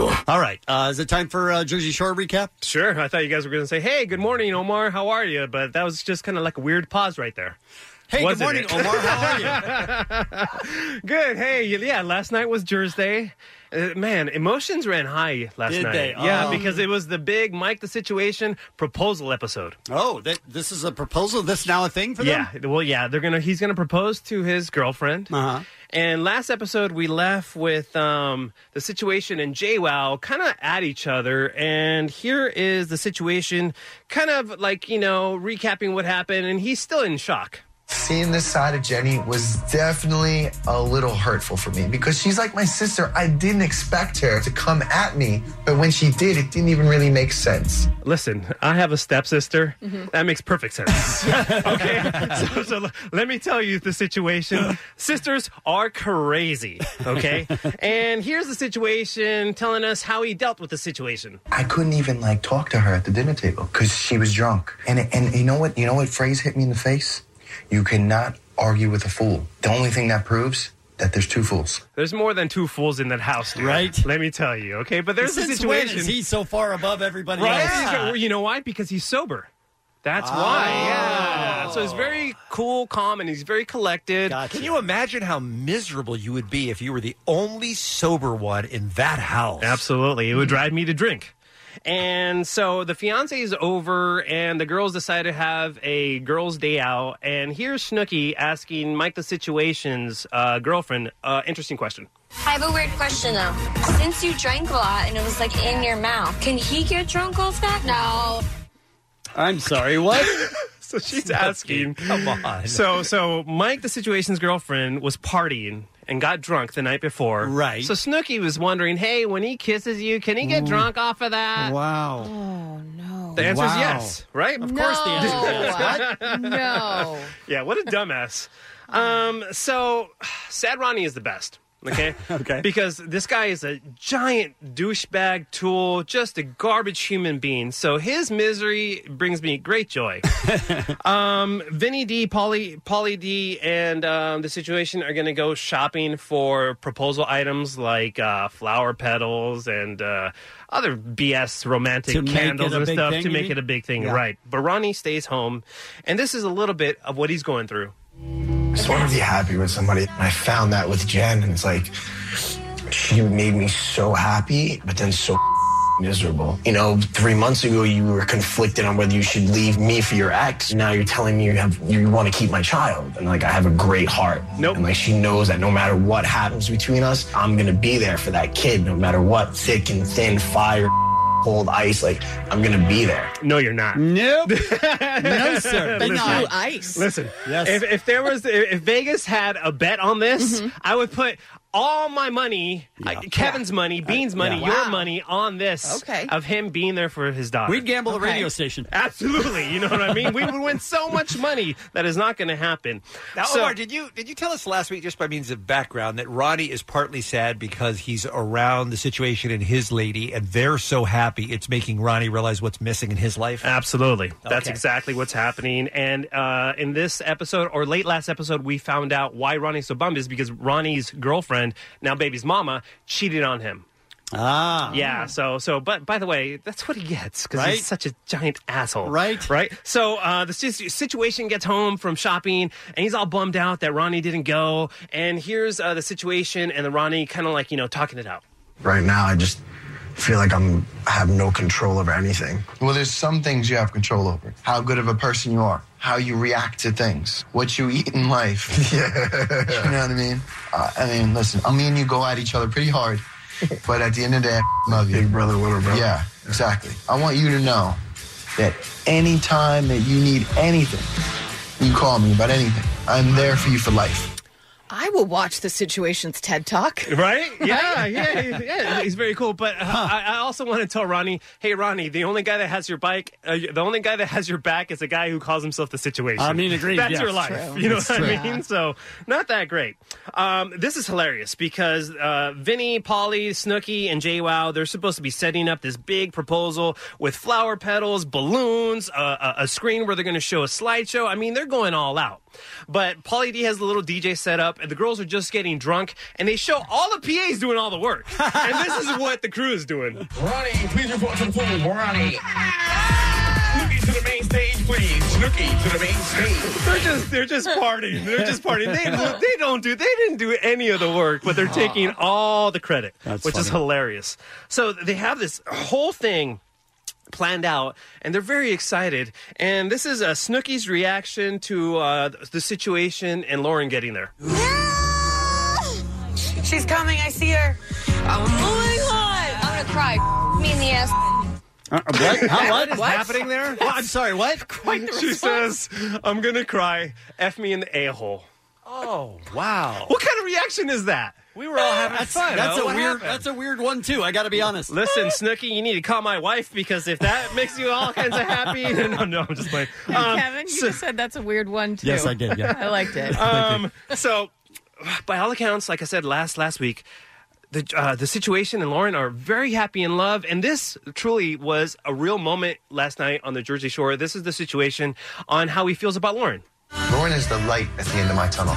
All right. Uh, is it time for uh, Jersey Shore recap?
Sure. I thought you guys were going to say, "Hey, good morning, Omar. How are you?" But that was just kind of like a weird pause right there.
Hey, good morning, Omar.
How are you? good. Hey, yeah. Last night was Thursday. Uh, man, emotions ran high last
Did
night.
they?
Yeah,
Oh.
because it was the big Mike the Situation proposal episode.
Oh, that, this is a proposal. This now a thing for them.
Yeah, well, yeah, they're gonna. He's gonna propose to his girlfriend.
Uh-huh.
Uh huh. And last episode we left with um, the situation and JWoww kind of at each other, and here is the situation, kind of like you know recapping what happened, and he's still in shock.
Seeing this side of Jenny was definitely a little hurtful for me because she's like my sister. I didn't expect her to come at me, but when she did, it didn't even really make sense.
Listen, I have a stepsister.
Mm-hmm.
That makes perfect sense. okay, so, so l- let me tell you the situation. Sisters are crazy. Okay, and here's the situation, telling us how he dealt with the situation.
I couldn't even like talk to her at the dinner table because she was drunk. And and you know what? You know what phrase hit me in the face? You cannot argue with a fool. The only thing that proves that there's two fools.
There's more than two fools in that house, dude. right? Let me tell you, okay? But there's
Since
a
when
situation.
is he so far above everybody
right?
else? Ah.
He's- You know why? Because he's sober. That's why. Yeah. So he's very cool, calm, and he's very collected.
Can you imagine how miserable you would be if you were the only sober one in that house? Hmm.
Absolutely. It would drive me to drink. And so the fiance is over, and the girls decide to have a girls' day out. And here's Snooki asking Mike the Situation's uh, girlfriend uh, interesting question.
I have a weird question though. Since you drank a lot and it was like in your mouth, can he get drunk off that? No.
I'm sorry, what? so she's asking. Come
on.
So so Mike the situation's girlfriend was partying and got drunk the night before. Right. So Snooky was wondering, hey, when he kisses you, can he get
Mm.
drunk off of that?
Wow.
The answer is
Wow.
yes, right?
Of course the answer is yes. No. What? No.
Yeah, what a dumbass. Um, so Sad Ronnie is the best. Okay. okay. Because this guy is a giant douchebag tool, just a garbage human being. So his misery brings me great joy. um, Vinny D, Polly, Polly D, and um, the situation are going to go shopping for proposal items like uh, flower petals and uh, other BS romantic
To make it
candles
a
and
big
stuff
thing,
to
you
make
mean?
it a big thing,
Yeah.
right? But Ronnie stays home, and this is a little bit of what he's going through.
I just want to be happy with somebody. And I found that with Jen, and it's like she made me so happy, but then so miserable. You know, three months ago you were conflicted on whether you should leave me for your ex. Now you're telling me you have you want to keep my child, and like I have a great heart. Nope. And like she knows that no matter what happens between us, I'm gonna be there for that kid, no matter what, thick and thin, fire, cold ice. Like I'm gonna be there.
No, you're not.
Nope.
no,
sir.
Listen,
Thank you,
ice.
Listen,
Yes.
if, if there was, if if Vegas had a bet on this,
Mm-hmm.
I would put all my money, uh, Kevin's money, Bean's money,
yeah.
your
Wow.
money on this.
Okay.
Of him being there for his daughter.
We'd gamble the radio station.
Absolutely. You know what I mean? We would win so much money that is not going to happen.
Now,
So-
Omar, did you did you tell us last week, just by means of background, that Ronnie is partly sad because he's around the situation and his lady, and they're so happy it's making Ronnie realize what's missing in his life?
Absolutely, That's
Okay.
exactly what's happening. And uh, in this episode, or late last episode, we found out why Ronnie's so bummed is because Ronnie's girlfriend, now baby's mama, cheated on him.
Ah.
Yeah, so so but by the way, that's what he gets because
Right?
he's such a giant asshole.
Right.
Right? So uh the si- situation gets home from shopping and he's all bummed out that Ronnie didn't go and here's uh, the situation and the Ronnie kind of like, you know, talking it out.
right now i just feel like i'm I have no control over anything well there's some things you have control over how good of a person you are how you react to things what you eat in life yeah you know what i mean uh, i mean listen i mean you go at each other pretty hard but at the end of the day i love you big brother little
brother.
yeah exactly i want you to know that any time that you need anything, you call me about anything. I'm there for you for life.
I will watch the Situations TED Talk.
Right? Yeah, yeah, yeah, yeah. He's very cool. But uh, I, I also want to tell Ronnie, hey, Ronnie, the only guy that has your bike, uh, the only guy that has your back is the guy who calls himself the situation.
I mean, agreed,
That's
yes.
your life.
True.
You know
It's
what
true.
I mean? So not that great. Um, this is hilarious because uh, Vinny, Polly, Snooky, and Jay Wow, they're supposed to be setting up this big proposal with flower petals, balloons, uh, a, a screen where they're going to show a slideshow. I mean, they're going all out. But Polly D has the little DJ set up, and the girls are just getting drunk, and they show all the PAs doing all the work. and this is what the crew is doing.
Ronnie, please report to the pool. Ronnie. Snooki to the main stage, please. Snooki to the main stage.
They're just they're just partying. They're just partying. They, they don't do they didn't do any of the work, but they're taking all the credit,
That's
which is
funny.
hilarious. So they have this whole thing planned out and they're very excited and this is uh, snooky's reaction to uh, the situation and lauren getting there
She's coming. I see her. Oh my god!
I'm gonna cry. Me in the ass.
Uh, what?
How-
what is
What?
happening there? Well, I'm sorry, what? she says, I'm going to cry. F me in the a-hole.
Oh, wow.
What kind of reaction is that?
We were all having
That's-
fun.
that's
That's
a
a
What
weird.
weird- happened?
That's a weird one too. I got to be honest.
Listen, Snooky, you need to call my wife because if that makes you all kinds of happy, no, no, I'm just playing. Um,
Hey,
Um,
Kevin, you just said that's a weird one too.
Yes, I did, yeah.
I liked it.
Um, so, by all accounts, like I said last last week, the uh, the situation and Lauren are very happy in love, and this truly was a real moment last night on the Jersey Shore. This is the situation on how he feels about Lauren.
Lauren is the light at the end of my tunnel.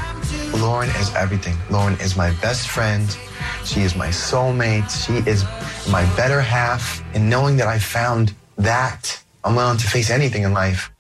Lauren is everything. Lauren is my best friend. She is my soulmate. She is my better half. And knowing that I found that, I'm willing to face anything in life.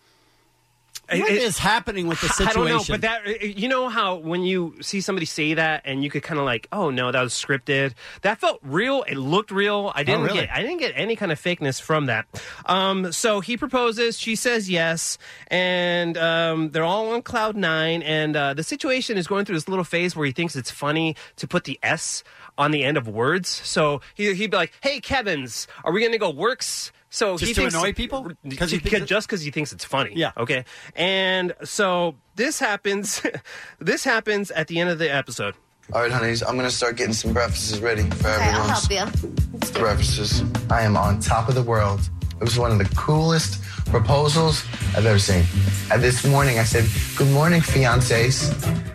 What is happening with the
I
situation?
don't know, but that eh, you know how when you see somebody say that and you could kind of like, oh no, that was scripted. That felt real. It looked real. I didn't
Oh, really?
get. I didn't get any kind of fakeness from that. Um, so he proposes. She says yes, and um, they're all on cloud nine. And uh, the situation is going through this little phase where he thinks it's funny to put the S on the end of words. So he, he'd be like, "Hey, Kevin's, are we going to go works?" So
Just
Oh, he
to
thinks-
annoy people? 'Cause he
Ju-
thinks it-
just because he thinks it's funny. Yeah. Okay. And so this happens. this happens at the end of the episode.
All right, honeys, I'm going to start getting some breakfasts ready for everyone.
you.
breakfasts. I am on top of the world. It was one of the coolest proposals I've ever seen. And this morning I said, Good morning, fiancés.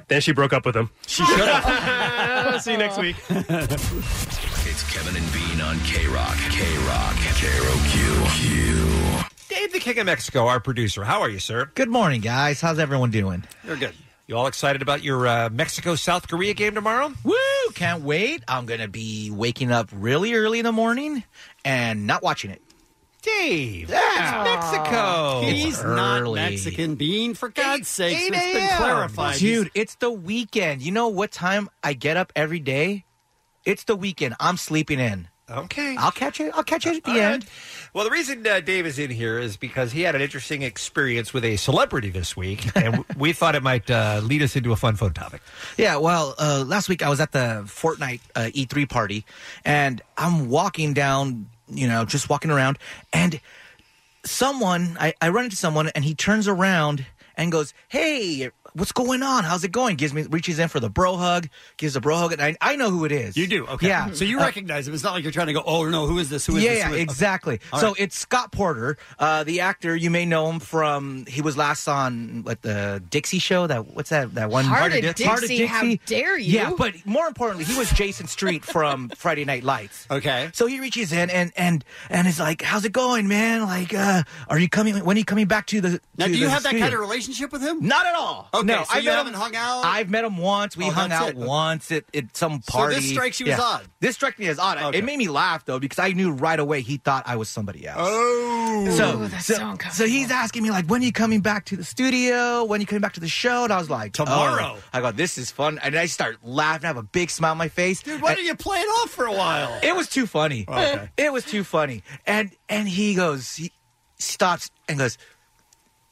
Then she broke up with him. She
should
have. See you next week.
It's Kevin and Bean on K Rock. K Rock. K R O Q.
Dave the King of Mexico, our producer. How are you, sir?
Good morning, guys. How's everyone doing?
You're good. You all excited about your uh, Mexico South Korea game tomorrow?
Woo! Can't wait. I'm going to be waking up really early in the morning and not watching it.
Dave,
Yeah.
that's Mexico. He's
It's
not
early.
Mexican, Bean. For God's sake, it's
8
been
a.m..
clarified.
Dude, it's the weekend. You know what time I get up every day? It's the weekend. I'm sleeping in.
Okay.
I'll catch it. I'll catch it at the
All right.
end.
Well, the reason uh, Dave is in here is because he had an interesting experience with a celebrity this week, and w- we thought it might uh, lead us into a fun, fun topic.
Yeah, well, uh, last week I was at the Fortnite uh, E3 party, and I'm walking down, you know, just walking around, and someone, I, I run into someone, and he turns around and goes, "Hey, what's going on? How's it going?" Gives me reaches in for the bro hug, gives a bro hug, and I, I know who it is. You
do, okay.
Yeah,
So you
Uh,
recognize him. It's not like you're trying to go, oh, no, who is this? Who is
yeah,
this?
yeah,
Who is-"
exactly.
All
So
right.
it's Scott Porter, uh, the actor. You may know him from he was last on what the Dixie show. That what's that that one?
Hearted Dixie,
Hearted
how dare you.
Yeah, but more importantly, he was Jason Street from Friday Night Lights.
Okay.
So he reaches in and and and is like, "How's it going, man? Like, uh, are you coming? When are you coming back to the?"
Now,
to
do you
the
have that
studio?"
kind of relationship with him?
Not at all.
Okay,
no,
so
I
you haven't hung out.
I've met him once. We
Oh,
hung
that's
out
it.
once at, at some
So this
party.
strikes you as odd.
This struck me as odd.
Okay.
It made me laugh though because I knew right away he thought I was somebody else.
Oh,
so so, so he's asking me like, when are you coming back to the studio? When are you coming back to the show? And I was like,
Tomorrow.
oh. I go, this is fun, and I start laughing. I have a big smile on my face.
Dude, why don't you play it off for a while? Oh,
It was too funny.
Okay.
It was too funny. And and he goes, he stops and goes,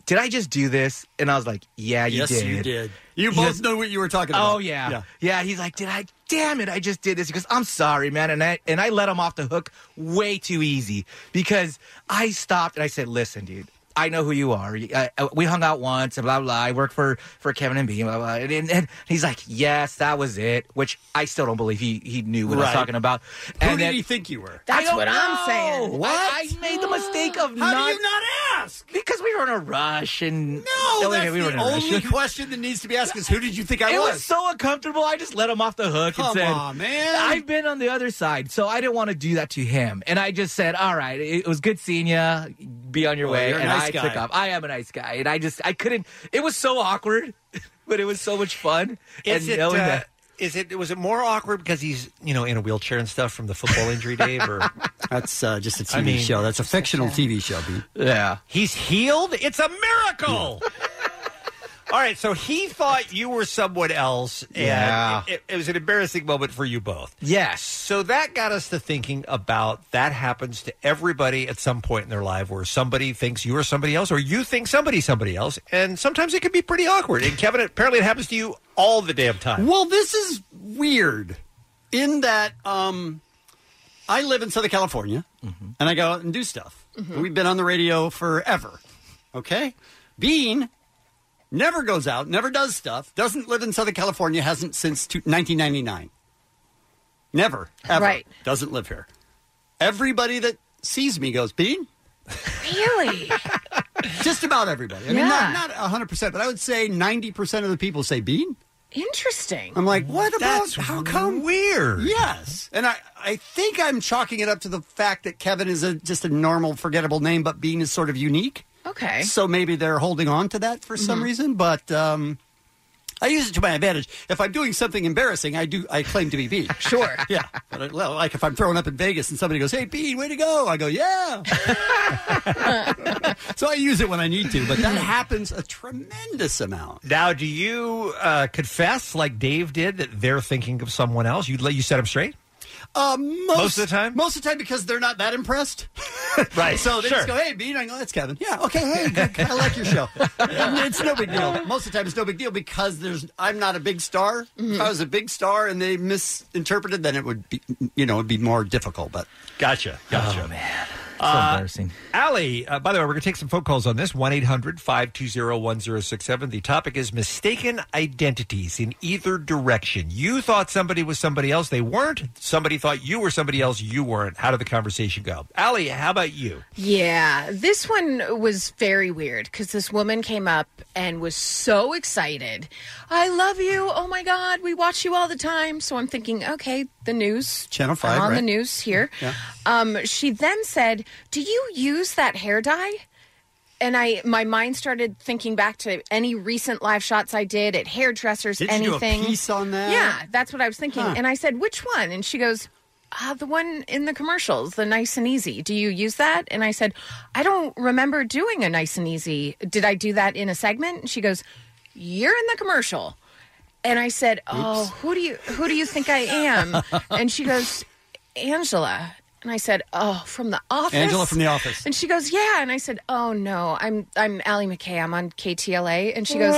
did I just do this? And I was like, yeah, you
yes,
did.
you did. You
He
both
goes,
know what you were talking about.
Oh yeah. yeah, He's like, did I? Damn it! I just did this because I'm sorry, man, and I and I let him off the hook way too easy because I stopped and I said, listen, dude. I know who you are. I, I- we hung out once, and blah blah. I work for for Kevin and B. Blah blah. And, and, and he's like, "Yes, that was it," which I still don't believe he he knew what I was
Right.
talking about.
Who
and
did
then-
you think you were?
I
That's
don't
what I'm saying.
know. I, I made the mistake
How
of
do
not.
you
not ask?
Because we were in a rush and
Oh,
No,
we-
that's
we were in
the
a rush.
only question that needs to be asked is who did you think I
it
was?
was so uncomfortable. I just let him off the hook
Come
and said,
on, man.
I've been on the other side, so I didn't want to do that to him." And I just said, "All right, it was good seeing you. Be on your
Well,
way."
Oh, you're a
and
nice
I
guy.
took off. I am a nice guy, and I just I couldn't. It was so awkward, but it was so much fun.
Is
and
it,
knowing
uh,
that
is it was it more awkward because he's you know in a wheelchair and stuff from the football injury, Dave? Or
that's uh, just a TV
I mean-
show. That's a fictional TV show.
Yeah,
he's healed. It's a miracle. All right, so he thought you were someone else, and
Yeah.
it, it was an embarrassing moment for you both.
Yes.
So that got us to thinking about that happens to everybody at some point in their life where somebody thinks you are somebody else or you think somebody's somebody else, and sometimes it can be pretty awkward. And Kevin, apparently it happens to you all the damn time.
Well, this is weird in that um, I live in Southern California and I go out and do stuff. Mm-hmm. We've been on the radio forever. Okay? Bean never goes out, never does stuff, doesn't live in Southern California, hasn't since two- 1999. Never, ever. Right. Doesn't live here. Everybody that sees me goes, Bean?
Really?
Just about everybody. I mean,
Yeah.
not, not 100%, but I would say 90% of the people say Bean.
Interesting.
I'm like, what about
That's
how come
weird?
Yes, and I I think I'm chalking it up to the fact that Kevin is a, just a normal, forgettable name, but Bean is sort of unique.
Okay. Mm-hmm.
so maybe they're holding on to that for some reason, but. um I use it to my advantage. If I'm doing something embarrassing, I do. I claim to be Bean.
Sure.
yeah. But I- well, like if I'm throwing up in Vegas and somebody goes, "Hey, Bean, way to go!" I go, "Yeah." so I use it when I need to, but that happens a tremendous amount.
Now, do you uh, confess like Dave did that they're thinking of someone else? You let you set them straight.
Uh, most,
Most of the time?
Most of the time because they're not that impressed.
Right,
so they just
sure.
go, hey, Bean. I go, that's Kevin. Yeah, okay, hey, good. I like your show. And it's no big deal. Most of the time it's no big deal because there's I'm not a big star. If I was a big star and they misinterpreted, then it would be, you know, it'd be more difficult. But
Gotcha. Gotcha. Oh,
man.
So embarrassing. Allie, uh, by the way, we're going to take some phone calls on this 1 800 520 1067. The topic is mistaken identities in either direction. You thought somebody was somebody else, they weren't. Somebody thought you were somebody else, you weren't. How did the conversation go? Allie, how about you?
Yeah, this one was very weird because this woman came up and was so excited. I love you. Oh my God, we watch you all the time. So I'm thinking, okay, the news.
Channel five,
On the
right?
news here. Um, she then said, Do you use that hair dye? And I, my mind started thinking back to any recent live shots I did at hairdressers,
Didn't you do a
anything.
piece on that?
Yeah, that's what I was thinking.
Huh.
And I said, "Which one?" And she goes, uh, "The one in the commercials, the nice and easy. Do you use that?" And I said, "I don't remember doing a nice and easy. Did I do that in a segment?" And she goes, "You're in the commercial." And I said, "Oh, who do you who do you think I am?" and she goes, "Angela." And I said, "Oh, from the office."
Angela from The Office.
And she goes, "Yeah." And I said, "Oh no, I'm I'm Allie McKay. I'm on KTLA." And she goes,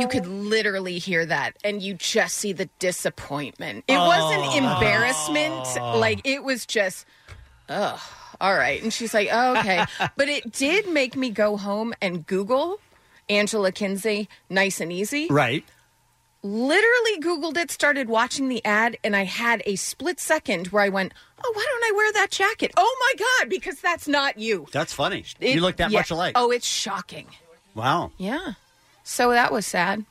"You could literally hear that, and you just see the disappointment. It wasn't
Oh.
embarrassment. Like it was just, ugh." All right. And she's like, oh, okay. but it did make me go home and Google Angela Kinsey, nice and easy
Right.
literally googled it started watching the ad and i had a split second where i went oh why don't i wear that jacket oh my god because that's not you
That's funny.
It-
you look that
yeah.
much alike.
oh it's shocking
Wow.
yeah so that was sad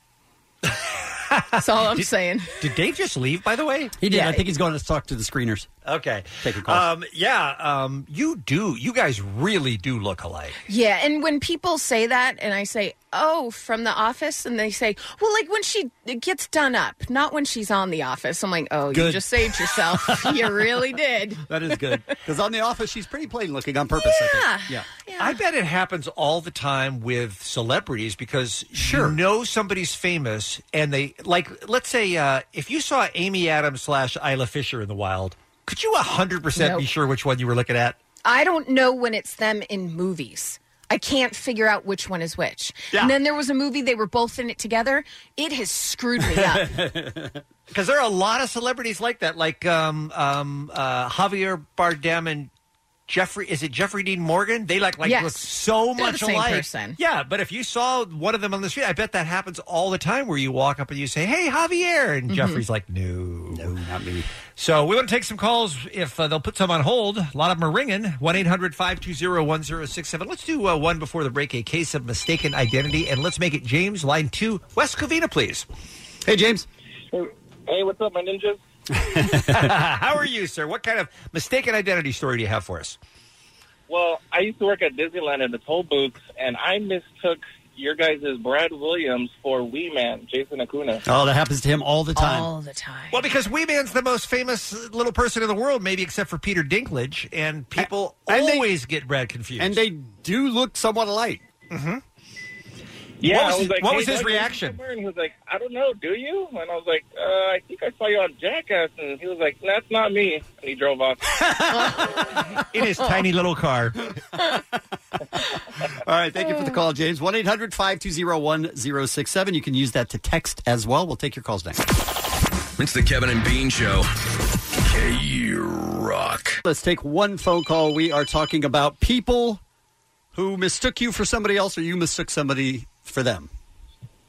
that's all i'm saying
Did Dave just leave, by the way?
He did.
Yeah.
I think he's going to talk to the screeners.
Okay.
Take a call.
Um, yeah, um, you do. You guys really do look alike.
yeah and when people say that and i say oh from the office and they say well like when she gets done up not when she's on the office i'm like oh you
Good.
just saved yourself you really did
that is good. Because on The Office, she's pretty plain looking on purpose. I
Ah.
think. Yeah.
I bet it happens all the time with celebrities because you know somebody's famous and they like let's say uh, if you saw Amy Adams slash Isla Fisher in the wild, could you hundred percent be
Nope.
sure which one you were looking at?
I don't know when it's them in movies. I can't figure out which one is which. And then there was a movie they were both in it together. It has screwed me up.
Because there are a lot of celebrities like that, like um, um, uh, Javier Bardem and Jeffrey. Is it Jeffrey Dean Morgan? They like like
Yes.
look so
They're the
much
same
alike.
person.
Yeah, but if you saw one of them on the street, I bet that happens all the time. Where you walk up and you say, "Hey, Javier," and
Mm-hmm.
Mhm.
Jeffrey's like, "No, no, not me." So we want to take some calls. If uh, they'll put some on hold, a lot of them are ringing. One 1067 Let's do uh, one before the break. A case of mistaken identity, and let's make it James. Line two, West Covina, please. Hey, James.
Hey, what's up, my ninjas?
How are you, sir? What kind of mistaken identity story do you have for us?
Well, I used to work at Disneyland in the toll booth, and I mistook your guys' Brad Williams for Wee Man, Jason Acuna.
Oh, that happens to him all the time.
the time.
Well, because Wee Man's the most famous little person in the world, maybe except for Peter Dinklage, and people always get Brad confused.
and they do look somewhat alike.
Mm-hmm.
Yeah,
What was
I
his-
like,
what
"Hey,
was his
Doug, you
reaction?"
remember?" And he was like, "I don't know, do you?" And I was like, uh, "I think I saw you on Jackass." And he was like, "That's not me." And he drove off.
In his tiny little car.
All right, thank you for the call, James. 1 800 520 1067. You can use that to text as well. We'll take your calls next.
It's the Kevin and Bean Show. K Rock.
Let's take one phone call. We are talking about people who mistook you for somebody else or you mistook somebody for them.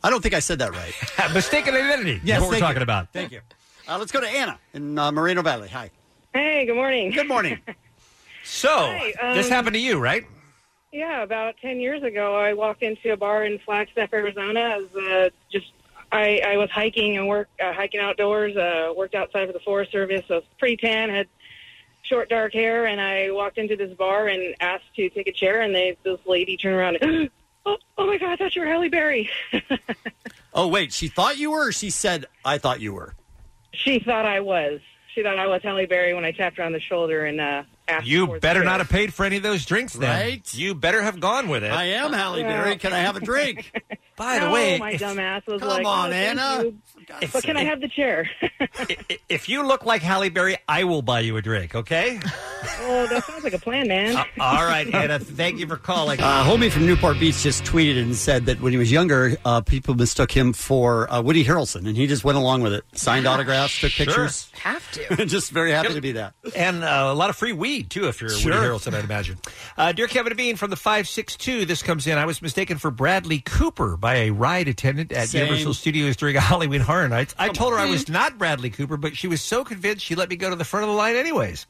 I don't think I said that right.
mistaken identity.
Yes,
what we're
thank you.
talking about.
Thank you. Uh, let's go to Anna in uh, Moreno Valley. Hi.
Hey, good morning.
Good morning.
So,
Hi, um,
this happened to you, right?
Yeah, about 10 years ago, I walked into a bar in Flagstaff, Arizona. I was uh, just, I, I was hiking and work, uh, hiking outdoors, uh, worked outside for the Forest Service. I was pretty tan, had short dark hair, and I walked into this bar and asked to take a chair, and they, this lady turned around and, oh, oh my God, I thought you were Halle Berry.
Oh, wait. She thought you were or she said, I thought you were?
She thought I was. She thought I was Halle Berry when I tapped her on the shoulder and uh, asked for
You
the
better
chair.
not have paid for any of those drinks, then.
Right?
You better have gone with it.
I am Halle Berry. Can I have a drink?
By the
no,
way,
my
if-
dumbass was
Come
like,
on,
oh, thank
Anna.
you,
God's
But can I
sake.
have the chair?
if you look like Halle Berry, I will buy you a drink. Okay.
oh, that sounds like a plan, man.
Uh, All right, Anna. Thank you for calling.
Uh, homie from Newport Beach just tweeted and said that when he was younger, uh, people mistook him for uh, Woody Harrelson, and he just went along with it. Signed autographs, took
Sure.
pictures.
Have to.
just very happy to be that.
And uh, a lot of free weed, too, if you're
Sure.
Woody Harrelson, I'd imagine. Uh, Dear Kevin and Bean from the 562, this comes in. I was mistaken for Bradley Cooper by a ride attendant at
Same.
Universal Studios during Halloween Horror Nights. I told her I was not Bradley Cooper, but she was so convinced she let me go to the front of the line anyways.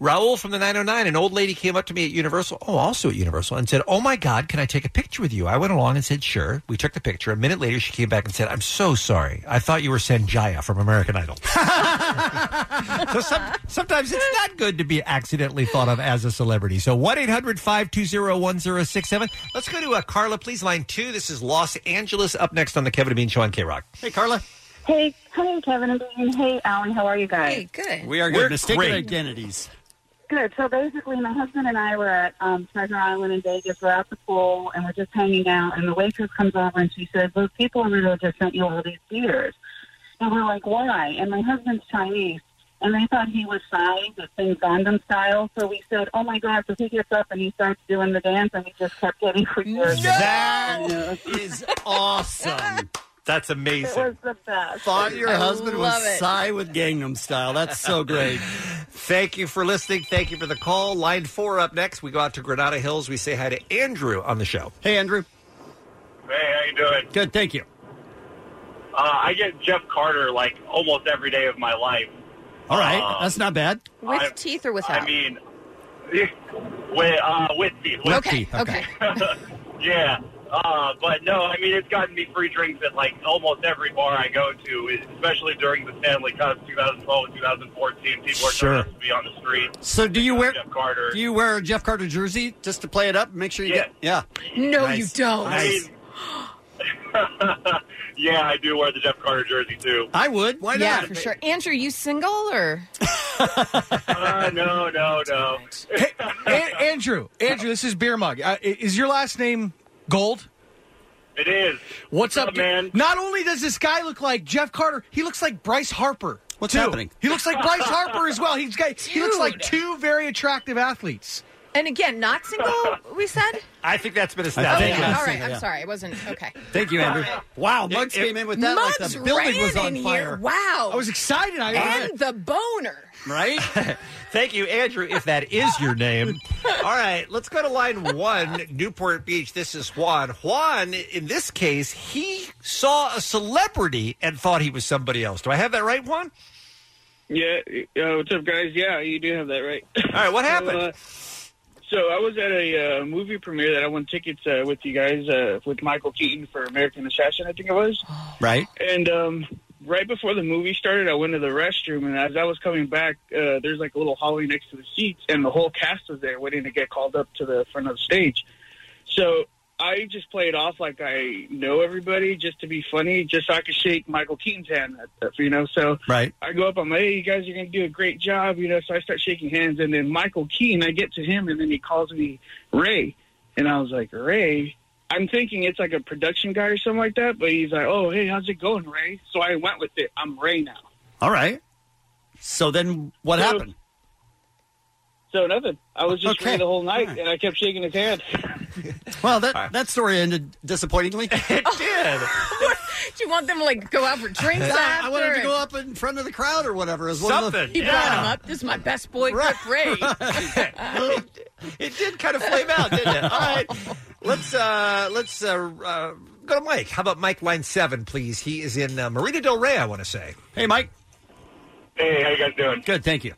Raul from the 909, an old lady came up to me at Universal, oh, also at Universal, and said, Oh my God, can I take a picture with you? I went along and said, Sure. We took the picture. A minute later, she came back and said, I'm so sorry. I thought you were Sanjaya from American Idol. so some, sometimes it's not good to be accidentally thought of as a celebrity. So 1 800 520 1067. Let's go to uh, Carla, please, line two. This is Los Angeles up next on the Kevin and Bean Show on K Rock. Hey, Carla.
Hey, hey, Kevin and Dean. Hey, Alan. How are you guys? Hey,
good.
We are good. Mistaken
great.
identities.
Good. So basically, my husband and I were at um, Treasure Island in Vegas. We're at the pool and we're just hanging out. And the waitress comes over and she says, "Those people in Rio just sent you all these beers." And we're like, "Why?" And my husband's Chinese, and they thought he was Psy, the thing Gundam style. So we said, "Oh my God!" So he gets up and he starts doing the dance, and we just kept getting free beers.
That is awesome.
That's amazing.
It was the best.
Thought your
I
husband
love
was
it.
Psy with Gangnam Style. That's so great.
Thank you for listening. Thank you for the call. Line four up next. We go out to Granada Hills. We say hi to Andrew on the show.
Hey, Andrew.
Hey, how you doing?
Good. Thank you.
Uh, I get Jeff Carter like almost every day of my life.
All right.
Uh,
That's not bad.
With I-
teeth or
I mean, with uh, with teeth.
With Okay, teeth, okay.
yeah, uh, but no, I mean it's gotten me free drinks at like almost every bar I go to, especially during the Stanley Cup 2012 and 2014. People are
Sure.
sure. to be on the street.
So do you wear
Jeff Carter?
do you wear a Jeff Carter jersey just to play it up? and Make sure you
Yeah.
get yeah.
No,
Nice.
you don't.
Nice.
yeah, I do wear the Jeff Carter jersey too.
I would. Why
yeah,
not?
for sure. Andrew, you single or?
uh, no, no, no.
An- Andrew, Andrew, this is Beer Mug. Uh, i- is your last name Gold?
It is.
What's up,
up, man?
Not only does this guy look like Jeff Carter, he looks like Bryce Harper.
What's
too.
happening?
He looks like Bryce Harper as well. He's got, he looks like two very attractive athletes.
And again, not single, we said?
I think that's been
Oh,
established.
yeah. All right, I'm sorry. I wasn't. Okay.
Thank you, Andrew. Wow, Muggs
It-
came in with that like
Muggs
the building
ran
was on
in
fire.
Here. Wow. I was
excited.
I-
and the boner.
Right?
Thank you, Andrew, if that is your name. All right, let's go to line one, Newport Beach. This is Juan. Juan, in this case, he saw a celebrity and thought he was somebody else. Do I have that right, Juan?
Yeah. Uh, what's up, guys? Yeah, you do have that right. All
right. What happened?
So, uh, so I was at a uh, movie premiere that I won tickets uh, with you guys uh, with Michael Keaton for American Assassin, I think it was.
Right.
And um, right before the movie started, I went to the restroom, and as I was coming back, uh, there's like a little hallway next to the seats, and the whole cast was there waiting to get called up to the front of the stage. So I just played off like I know everybody just to be funny, just so I could shake Michael Keaton's hand, you know. So
Right.
I go up, I'm like, hey, you guys are going to do a great job, you know. So I start shaking hands, and then Michael Keaton, I get to him, and then he calls me Ray. And I was like, Ray? I'm thinking it's like a production guy or something like that, but he's like, oh, hey, how's it going, Ray? So I went with it. I'm Ray now.
All right. So then what
So-
happened?
So nothing. I was just Ray the whole night, and I kept shaking his hand.
Well, that, that story ended disappointingly. it did.
Do you want them to like go out for drinks?
Yeah, I
after
wanted to
and-
go up in front of the crowd or whatever. It was one of the-
He brought him up. This is my best boy,
Right.
Griff Ray.
It did kind of flame out, didn't it? All right, let's uh, let's uh, uh, go to Mike. How about Mike, line seven, please? He is in uh, Marina Del Rey. I want to say.
Hey, Mike.
Hey, how you guys doing?
Good, thank you.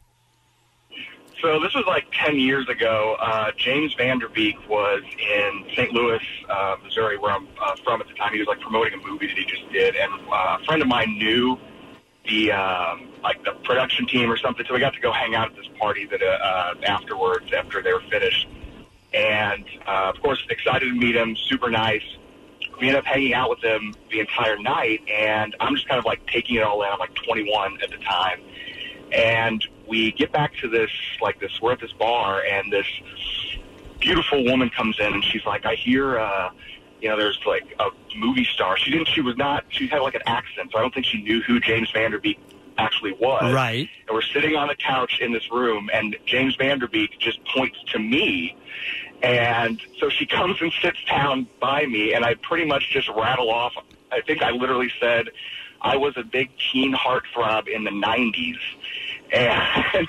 So this was like 10 years ago. Uh, James Vanderbeek was in St. Louis, uh, Missouri, where I'm uh, from at the time. He was like promoting a movie that he just did, and uh, a friend of mine knew the um, like the production team or something. So we got to go hang out at this party that uh, uh, afterwards, after they were finished. And uh, of course, excited to meet him. Super nice. We ended up hanging out with him the entire night, and I'm just kind of like taking it all in. I'm like 21 at the time and we get back to this like this we're at this bar and this beautiful woman comes in and she's like i hear uh you know there's like a movie star she didn't she was not she had like an accent so i don't think she knew who james vanderbeek actually was
Right.
and we're sitting on the couch in this room and james vanderbeek just points to me and so she comes and sits down by me and i pretty much just rattle off i think i literally said i was a big teen heartthrob in the 90s and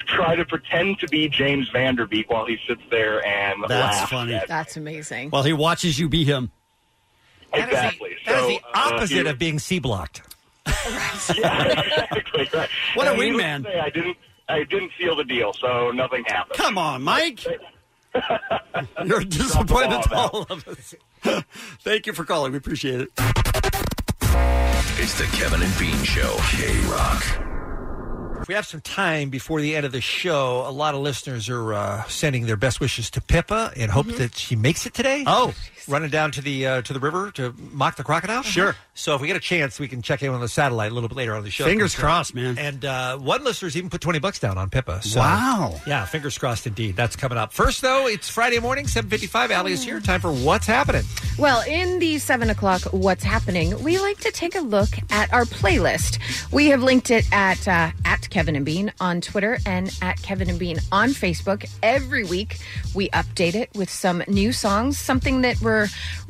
try to pretend to be James Vanderbeek while he sits there and
That's
laughs
funny.
at-
That's amazing.
Well, he watches you be him.
exactly.
That is
So,
the
uh,
opposite
you-
of being C blocked.
What
a
wingman! I didn't. I didn't seal the deal, so nothing happened.
Come on, Mike. You're a
Drop
disappointment
the
to
ball,
all of us. Thank you for calling. We appreciate it.
It's the Kevin and Bean Show. K Rock.
If we have some time before the end of the show, a lot of listeners are uh, sending their best wishes to Pippa in hope
Mhm.
that she makes it today.
Oh. Uh-huh.
running down to the uh, to the river to mock the crocodile.
Sure.
So if we get a chance, we can check in on the satellite a little bit later on the show.
Fingers
But, uh,
crossed, man.
And uh, one listener's even put twenty bucks down on Pippa. So,
Wow.
Yeah, fingers crossed indeed. That's coming up. First though, it's Friday morning, seven fifty five. Allie is here. Time for what's happening.
Well, in the seven o'clock What's Happening, we like to take a look at our playlist. We have linked it at uh, at Kevin and Bean on Twitter and at Kevin and Bean on Facebook. Every week, we update it with some new songs, something that we're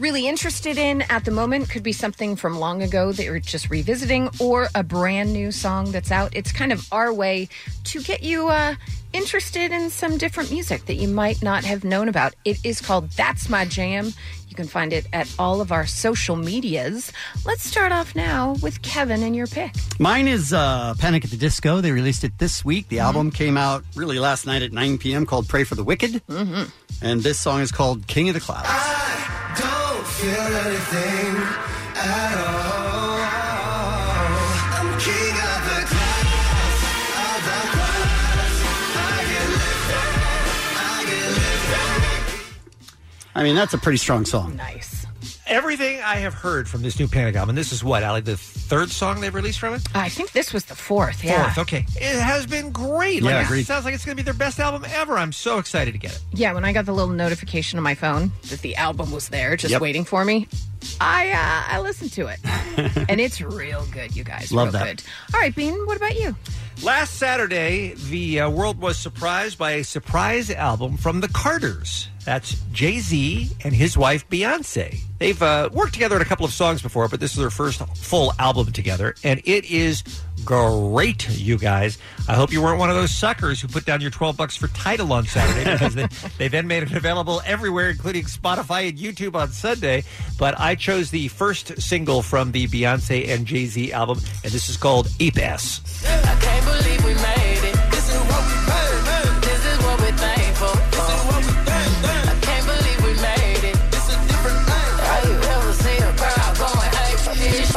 really interested in at the moment. Could be something from long ago that we're just revisiting, or a brand new song that's out. It's kind of our way to get you. Uh, Interested in some different music that you might not have known about. It is called That's My Jam. You can find it at all of our social medias. Let's start off now with Kevin and your pick.
Mine is uh, Panic at the Disco. They released it this week.
Mm-hmm.
The album came out really last night at 9 p.m. called Pray for the Wicked. Mm-hmm. And this song is called King of the Clouds.
Don't feel anything at all. I'm king of the clouds, of the clouds. I get lifted, I get lifted.
I mean, that's a pretty strong song.
Nice.
Everything I have heard from this new Panic album, and this is what Allie, the third song they've released from it.
I think this was the fourth. Yeah.
Fourth, okay. It has been great.
Yeah,
Like, it
agreed.
sounds like it's going to be their best album ever. I'm so excited to get it.
Yeah. When I got the little notification on my phone that the album was there, just
Yep.
waiting for me, I uh, I listened to it, and it's real good, you guys.
Love
real
that.
good. All right, Bean, what about you?
Last Saturday, the uh, world was surprised by a surprise album from the Carters. That's Jay Z and his wife Beyonce. They've uh, worked together on a couple of songs before, but this is their first full album together, and it is great, you guys. I hope you weren't one of those suckers who put down your twelve bucks for title on Saturday because they, they then made it available everywhere, including Spotify and YouTube on Sunday. But I chose the first single from the Beyonce and Jay Z album, and this is called Ape Ass.
I can't believe we made it. This is what we made. This is what we're thankful for. I can't believe we made it. This is different thing. How you ever see a crowd going ape shit?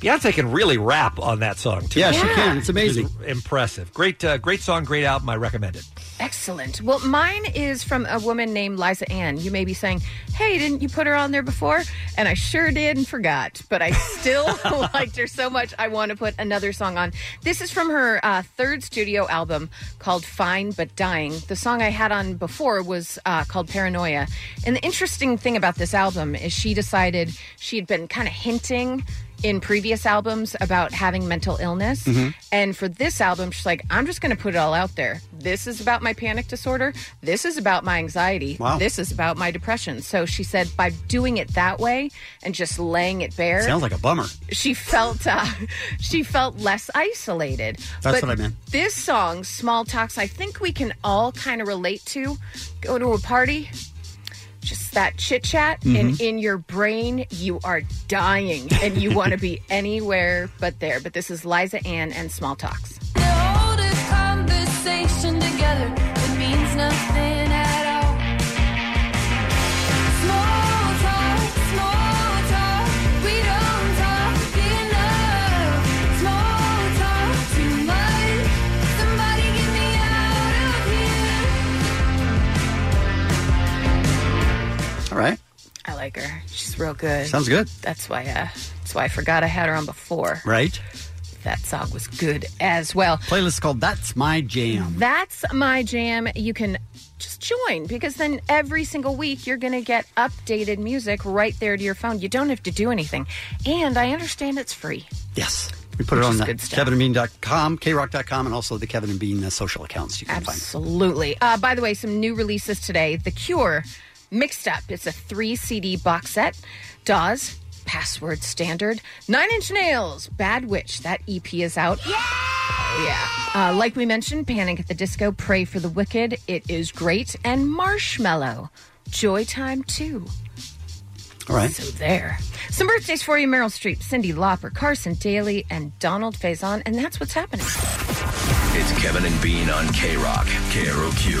Beyonce can really rap on that song too.
Yeah, she Yeah. can.
It's amazing.
impressive. Great, uh, great song, great album. I recommend it.
Excellent. Well, mine is from a woman named Liza Ann. You may be saying, "Hey, didn't you put her on there before?" And I sure did and forgot, but I still liked her so much I want to put another song on. This is from her uh, third studio album called "Fine But Dying." The song I had on before was uh, called "Paranoia," and the interesting thing about this album is she decided she had been kind of hinting in previous albums about having mental illness.
Mhm.
And for this album, she's like, I'm just going to put it all out there. This is about my panic disorder. This is about my anxiety.
Wow.
This is about my depression. So she said, by doing it that way and just laying it bare,
Sounds like a bummer.
she felt uh, she felt less isolated.
That's what I meant.
This song, "Small Talks," I think we can all kind of relate to. Go to a party. Just that chit chat, and
Mm-hmm.
Mhm.
in your brain, you are dying and you want to be anywhere but there. But this is Liza Ann and Small Talks.
All this conversation together, it means nothing at all. Small talk, small talk, we don't talk enough. Small talk, too much. Somebody get me out of here.
All right.
I like her. She's real good.
Sounds good.
That's why. Uh, that's why I forgot I had her on before.
Right?
That song was good as well.
Playlist called That's My Jam.
That's my jam. You can just join because then every single week you're going to get updated music right there to your phone. You don't have to do anything. And I understand it's free.
Yes. We put it on the kevinandbean.com, krock.com, and also the Kevin and Bean uh, social accounts you can find.
Absolutely. Uh, by the way, some new releases today The Cure, Mixed Up. It's a three CD box set. Dawes, Password Standard. Nine Inch Nails, Bad Witch. That EP is out. Yeah! Yeah. Uh, like we mentioned, Panic at the Disco, Pray for the Wicked. It is great. And Marshmallow, Joy Time 2.
All right.
So there. Some birthdays for you Meryl Streep, Cindy Lauper, Carson Daly, and Donald Faison. And that's what's happening.
It's Kevin and Bean on K Rock, K R O Q.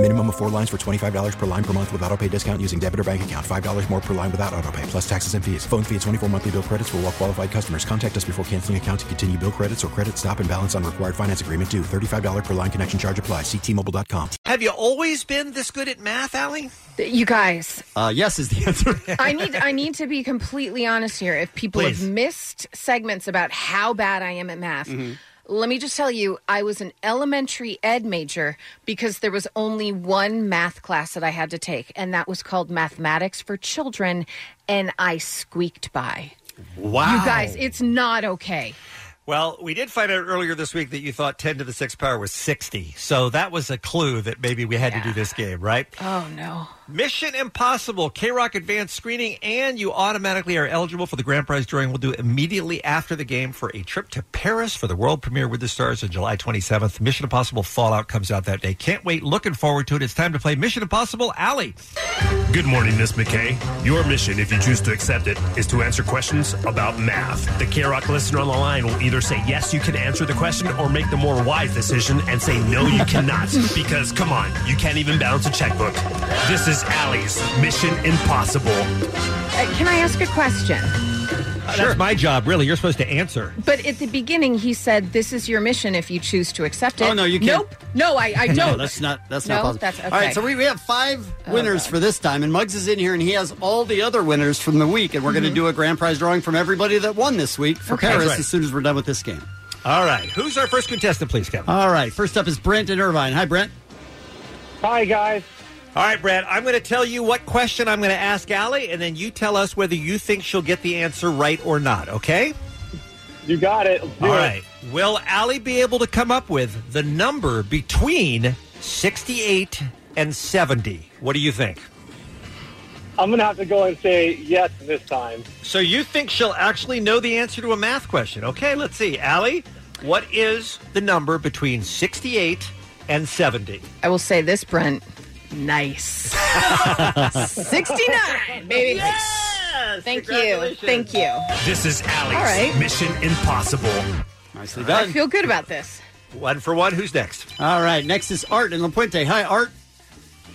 Minimum of four lines for $25 per line per month with auto pay discount using debit or bank account. $5 more per line without auto pay, plus taxes and fees. Phone fee at 24 monthly bill credits for all qualified customers. Contact us before canceling account to continue bill credits or credit stop and balance on required finance agreement due. $35 per line connection charge applies. Ctmobile.com.
Have you always been this good at math, Allie?
You guys,
Uh, yes is the answer.
I need I need to be completely honest here. If people
Please. Mm-hmm.
have missed segments about how bad I am at math,
Mhm.
let me just tell you, I was an elementary ed major because there was only one math class that I had to take, and that was called mathematics for children, and I squeaked by.
Wow.
You guys, it's not okay.
Well, we did find out earlier this week that you thought 10 to the 6th power was 60. So that was a clue that maybe we had to do this game, right?
Oh no.
Mission Impossible K Rock Advanced Screening, and you automatically are eligible for the grand prize drawing we'll do immediately after the game for a trip to Paris for the world premiere with the stars on July 27th. Mission Impossible Fallout comes out that day. Can't wait. Looking forward to it. It's time to play Mission Impossible Alley.
Good morning, Miss McKay. Your mission, if you choose to accept it, is to answer questions about math. The K-Rock listener on the line will either say yes, you can answer the question, or make the more wise decision and say no, you cannot. because, come on, you can't even balance a checkbook. This is Allie's Mission Impossible.
Uh, can I ask a question?
That's my job, really. You're supposed to answer.
But at the beginning, he said, "This is your mission. If you choose to accept it."
Oh, no, you can't.
Nope. No, I, I don't.
No, that's not. That's
No,
not possible.
that's- okay.
All right, so we, we have five
Oh,
winners for this time, and Muggs is in here, and he has all the other winners from the week, and we're going
Mm-hmm.
Mhm.
to do a grand prize drawing from everybody that won this week for
Okay.
Paris
That's right.
as soon as we're done with this game.
All right. Who's our first contestant, please, Kevin?
All right, first up is Brent in Irvine. Hi, Brent.
Hi, guys. All right, Brad. I'm going to tell you what question I'm going to ask Allie, and then you tell us whether you think she'll get the answer right or not, okay? You got it. All right. Will Allie be able to come up with the number between 68 and 70? What do you think?
I'm going to have to go and say yes this time.
So you think she'll actually know the answer to a math question? Okay, let's see. Allie, what is the number between 68 and 70?
I will say this, Brent. Nice. Sixty-nine, baby. Yes. Thank you. Thank you.
This is Allie's
All right.
Mission Impossible.
Nicely
I
done.
feel good about this.
One for one. Who's next?
All right, next is Art in La Puente. Hi, Art.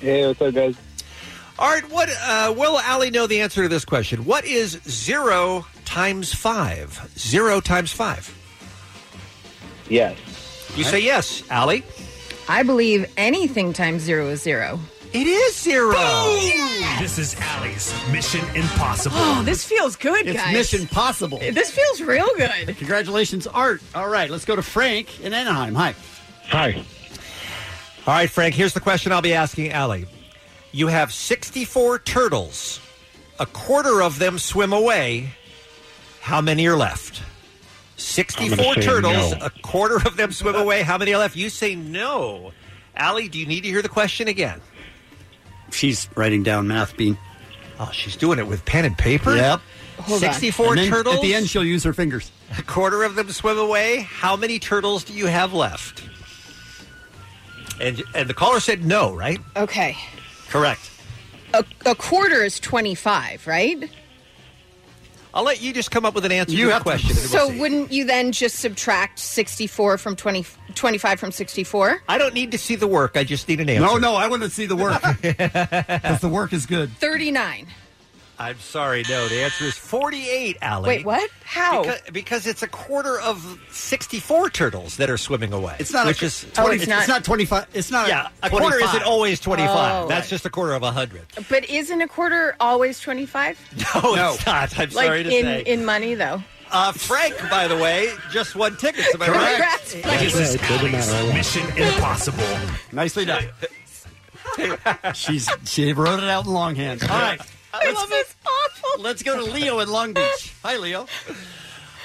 Hey, what's up, guys?
Art, what uh, will Allie know the answer to this question? What is zero times five? Zero times five.
Yes.
You say yes, Allie.
I believe anything times zero is zero.
It is zero.
This is Allie's Mission Impossible.
Oh, this feels good,
It's
guys.
Mission Possible.
This feels real good.
Congratulations, Art. All right, let's go to Frank in Anaheim. Hi.
Hi. All right, Frank, here's the question I'll be asking Allie. You have 64 turtles. A quarter of them swim away. How many are left? 64
say
turtles.
no.
A quarter of them swim away. How many are left? You say no. Allie, do you need to hear the question again?
She's writing down math, Bean.
Oh, she's doing it with pen and paper?
Yep.
Hold on. 64
And then
turtles?
At the end, she'll use her fingers.
A quarter of them swim away. How many turtles do you have left? And, and the caller said no, right?
Okay.
Correct.
A, a quarter is 25, right?
I'll let you just come up with an answer
You
to the
have to-
question. and we'll
So
see.
wouldn't you then just subtract 64 from 20, 25 from 64?
I don't need to see the work. I just need an answer.
No, no, I want to see the work. Because the work is good.
39.
I'm sorry. No, the answer is 48, Allie.
Wait, what? How?
Because, because it's a quarter of 64 turtles that are swimming away.
It's not
which
a,
is
20 it's, not, 25. It's not
Yeah, a quarter
25.
isn't always 25.
Oh,
That's
right.
just a quarter of a 100.
But isn't a quarter always 25?
No, it's not. I'm
like
sorry to
in,
say.
in money, though.
uh, Frank, by the way, just won tickets. Am I right?
Congrats,
This is Allie's Mission Impossible.
Nicely done. She's she wrote it out in longhand. All right.
I love it. awful.
Let's go to Leo in Long Beach. Hi, Leo.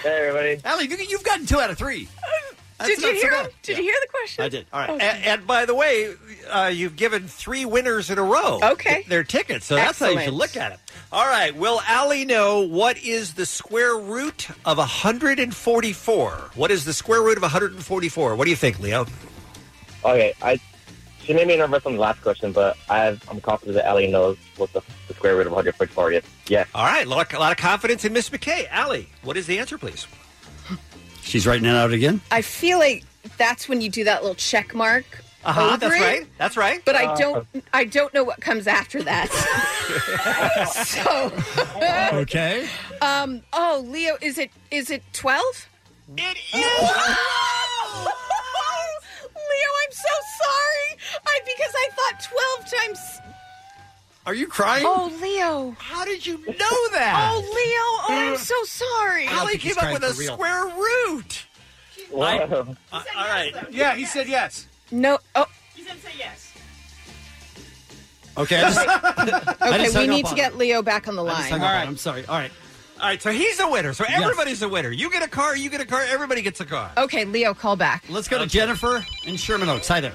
Hey, everybody. Allie, you, you've gotten two out of three.
Did you hear him? Did you hear the question? Oh,
I did. All right. A- And, by the way, uh, you've given three winners in a row.
Okay.
Their tickets. So that's how you should
Excellent.
look at it. All right. Will Allie know what is the square root of 144? What is the square root of 144? What do you think, Leo?
Okay, I she made me nervous on the last question, but I have, I'm confident that Ellie knows what the, the square root of 144 is. Yeah.
All right. A lot, a lot of confidence in Miss McKay. Allie, what is the answer, please?
She's writing it out again.
I feel like that's when you do that little check mark.
Uh-huh,
over
that's
it.
right. That's right.
But I
Uh,
don't. I don't know what comes after that. so,
Okay.
um, oh, Leo, is it is it twelve?
It is.
Leo, I'm so sorry. I because I thought twelve times.
Are you crying?
Oh, Leo,
how did you know that?
Oh, Leo, oh, I'm so sorry.
Allie came up with a square root.
Wow.
Uh, all right.
Yeah, he said yes.
No. Oh.
He said yes.
Okay. I just, I
Okay,
just
we
hung
need
up
to
on
get Leo back on the
I just
line.
hung up on it. I'm sorry. All right.
All right. So he's a winner. So everybody's a winner. You get a car. You get a car. Everybody gets a car.
Okay, Leo, call back.
Let's go to Jennifer in Sherman Oaks. Hi there.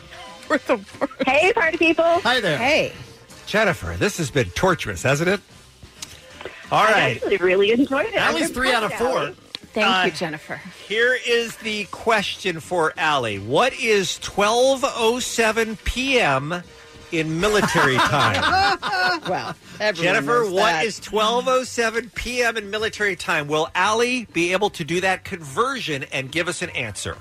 Hey, party people.
Hi there.
Hey.
Jennifer, this has been torturous, hasn't it? All
I
right.
actually really enjoyed it.
At
I
least
could
three
put
out of
that
four.
one. Thank
Uh,
you, Jennifer.
Here is the question for Allie. What is 12:07 p.m. in military time?
well, everyone
Jennifer,
knows
what
that.
is 12:07 p.m. in military time? Will Allie be able to do that conversion and give us an answer?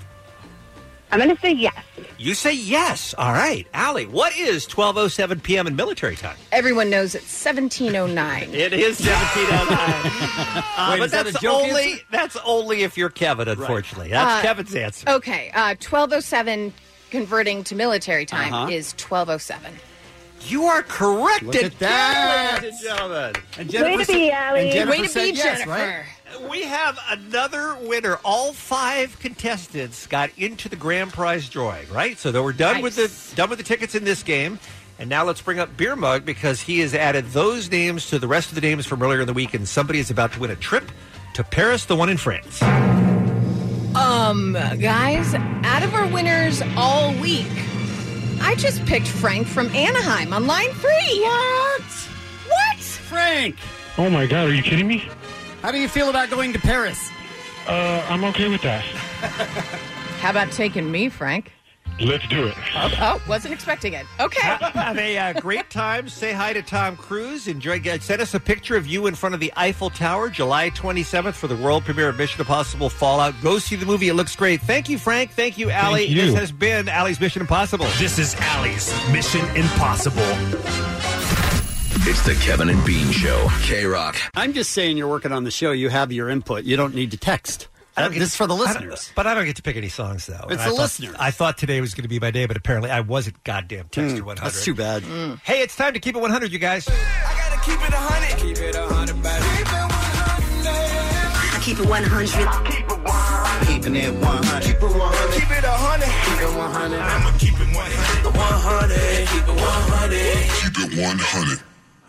I'm going to say yes.
You say yes. All right. Allie, what is 12:07 p.m. in military time?
Everyone knows it's 1709.
It is 1709. Uh,
Wait,
but
is that a
that's
joke
only
answer?
that's only if you're Kevin, unfortunately. That's
Uh,
Kevin's answer.
Okay, uh, 1207 converting to military time
Uh-huh.
is 1207.
You are correct.
Look at that.
ladies and gentlemen. And
Way to be, Allie.
and Jennifer
Way to
said
be,
yes,
Jennifer.
right? We have another winner. All five contestants got into the grand prize drawing, right? So that we're done with the done with the tickets in this game. And now let's bring up Beer Mug because he has added those names to the rest of the names from earlier in the week, and somebody is about to win a trip to Paris, the one in France.
Um, guys, out of our winners all week, I just picked Frank from Anaheim on line three. What? What?
Frank.
Oh my God, are you kidding me?
How do you feel about going to Paris?
Uh, I'm okay with that.
How about taking me, Frank?
Let's do it.
Oh, wasn't expecting it. Okay.
Have a uh, great time. Say hi to Tom Cruise. Enjoy. Get, send us a picture of you in front of the Eiffel Tower, July 27th for the world premiere of Mission Impossible Fallout. Go see the movie. It looks great. Thank you, Frank. Thank you, Allie.
you.
This has been Allie's Mission Impossible.
This is Allie's Mission Impossible.
It's the Kevin and Bean Show. K Rock.
I'm just saying you're working on the show. You have your input. You don't need to text. That- this is for the
I don't-
listeners.
but I don't get to pick any songs, though.
It's
And I
the
thought-
listeners.
I thought today was going to be my day, but apparently I wasn't goddamn texter
Mm,
100.
that's too bad.
Hey, it's time to keep it 100, you guys.
Keep it 100. Keep it 100, baby. I keep it 100. Keeping it 100. Keep it 100. Keep it 100. Keep it 100. I'ma keep it 100. Keep it 100. Keep it 100.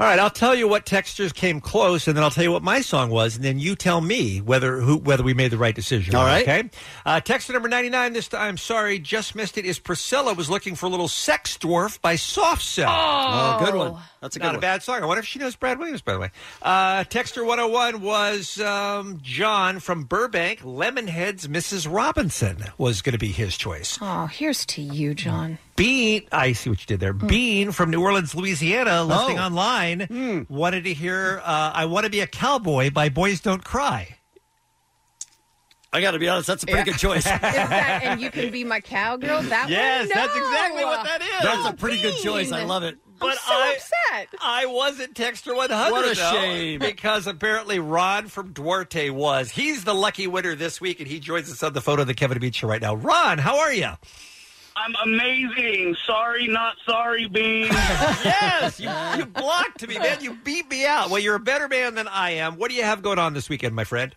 All right, I'll tell you what textures came close, and then I'll tell you what my song was, and then you tell me whether who, whether we made the right decision. All right, okay. Uh, texter number ninety nine. This time, sorry, just missed it. Is Priscilla was looking for a little sex dwarf by Soft Cell.
Oh. Oh, good one. That's a good
not
one.
a bad song. I wonder if she knows Brad Williams. By the way, uh, texter one hundred one was um, John from Burbank. Lemonhead's Mrs. Robinson was going to be his choice.
Oh, here's to you, John.
Bean, I see what you did there. Bean from New Orleans, Louisiana, listening
Oh.
online, wanted to hear uh, "I Want to Be a Cowboy" by Boys Don't Cry.
I got to be honest. That's a pretty
Yeah.
good choice.
Is that-
And you can be my cowgirl. That
Yes,
one?
that's exactly
No.
what that is. That's a pretty good choice. I
Bean.
love it.
I'm
But
so
I-
upset.
I wasn't texter one hundred.
What a
though,
shame.
Because apparently Ron from Duarte was. He's the lucky winner this week, and he joins us on the photo of the Kevin Beach show right now. Ron, how are you?
I'm amazing. Sorry, not sorry, Bean.
yes, you, you blocked me, man. You beat me out. Well, you're a better man than I am. What do you have going on this weekend, my friend?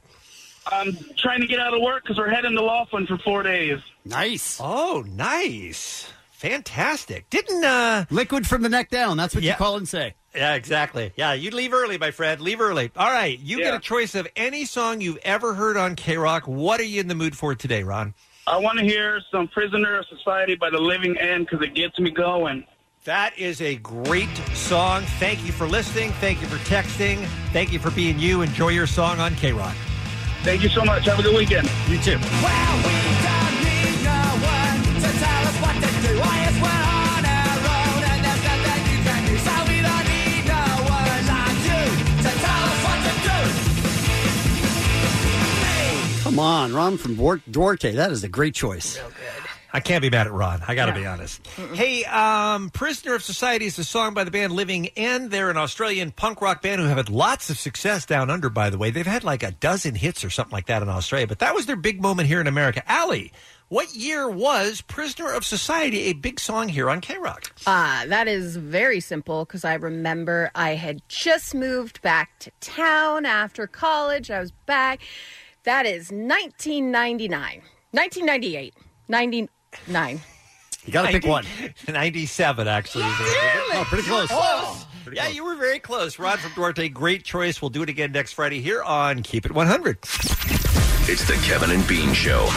I'm trying to get out of work because we're heading to Laughlin for four days.
Nice.
Oh, nice. Fantastic. Didn't uh
Liquid from the neck down. That's what you call and say.
Yeah, exactly. Yeah, you leave early, my friend. Leave early. All right, you get a choice of any song you've ever heard on K Rock. What are you in the mood for today, Ron?
I want to hear some Prisoner of Society by the Living End because it gets me going.
That is a great song. Thank you for listening. Thank you for texting. Thank you for being you. Enjoy your song on K Rock.
Thank you so much. Have a good weekend.
You too.
Come on, Ron from Duar- Duarte. That is a great choice.
I can't be mad at Ron. I got to be honest. Hey, um, Prisoner of Society is a song by the band Living End. They're an Australian punk rock band who have had lots of success down under, by the way. They've had like a dozen hits or something like that in Australia, but that was their big moment here in America. Allie, what year was Prisoner of Society a big song here on K Rock?
Ah, that is very simple because I remember I had just moved back to town after college. I was back. That is 1999, 1998, 99.
You got to pick one.
97, actually.
Oh, pretty close.
yeah, you were very close. Ron from Duarte, great choice. We'll do it again next Friday here on Keep It 100.
It's the Kevin and Bean Show.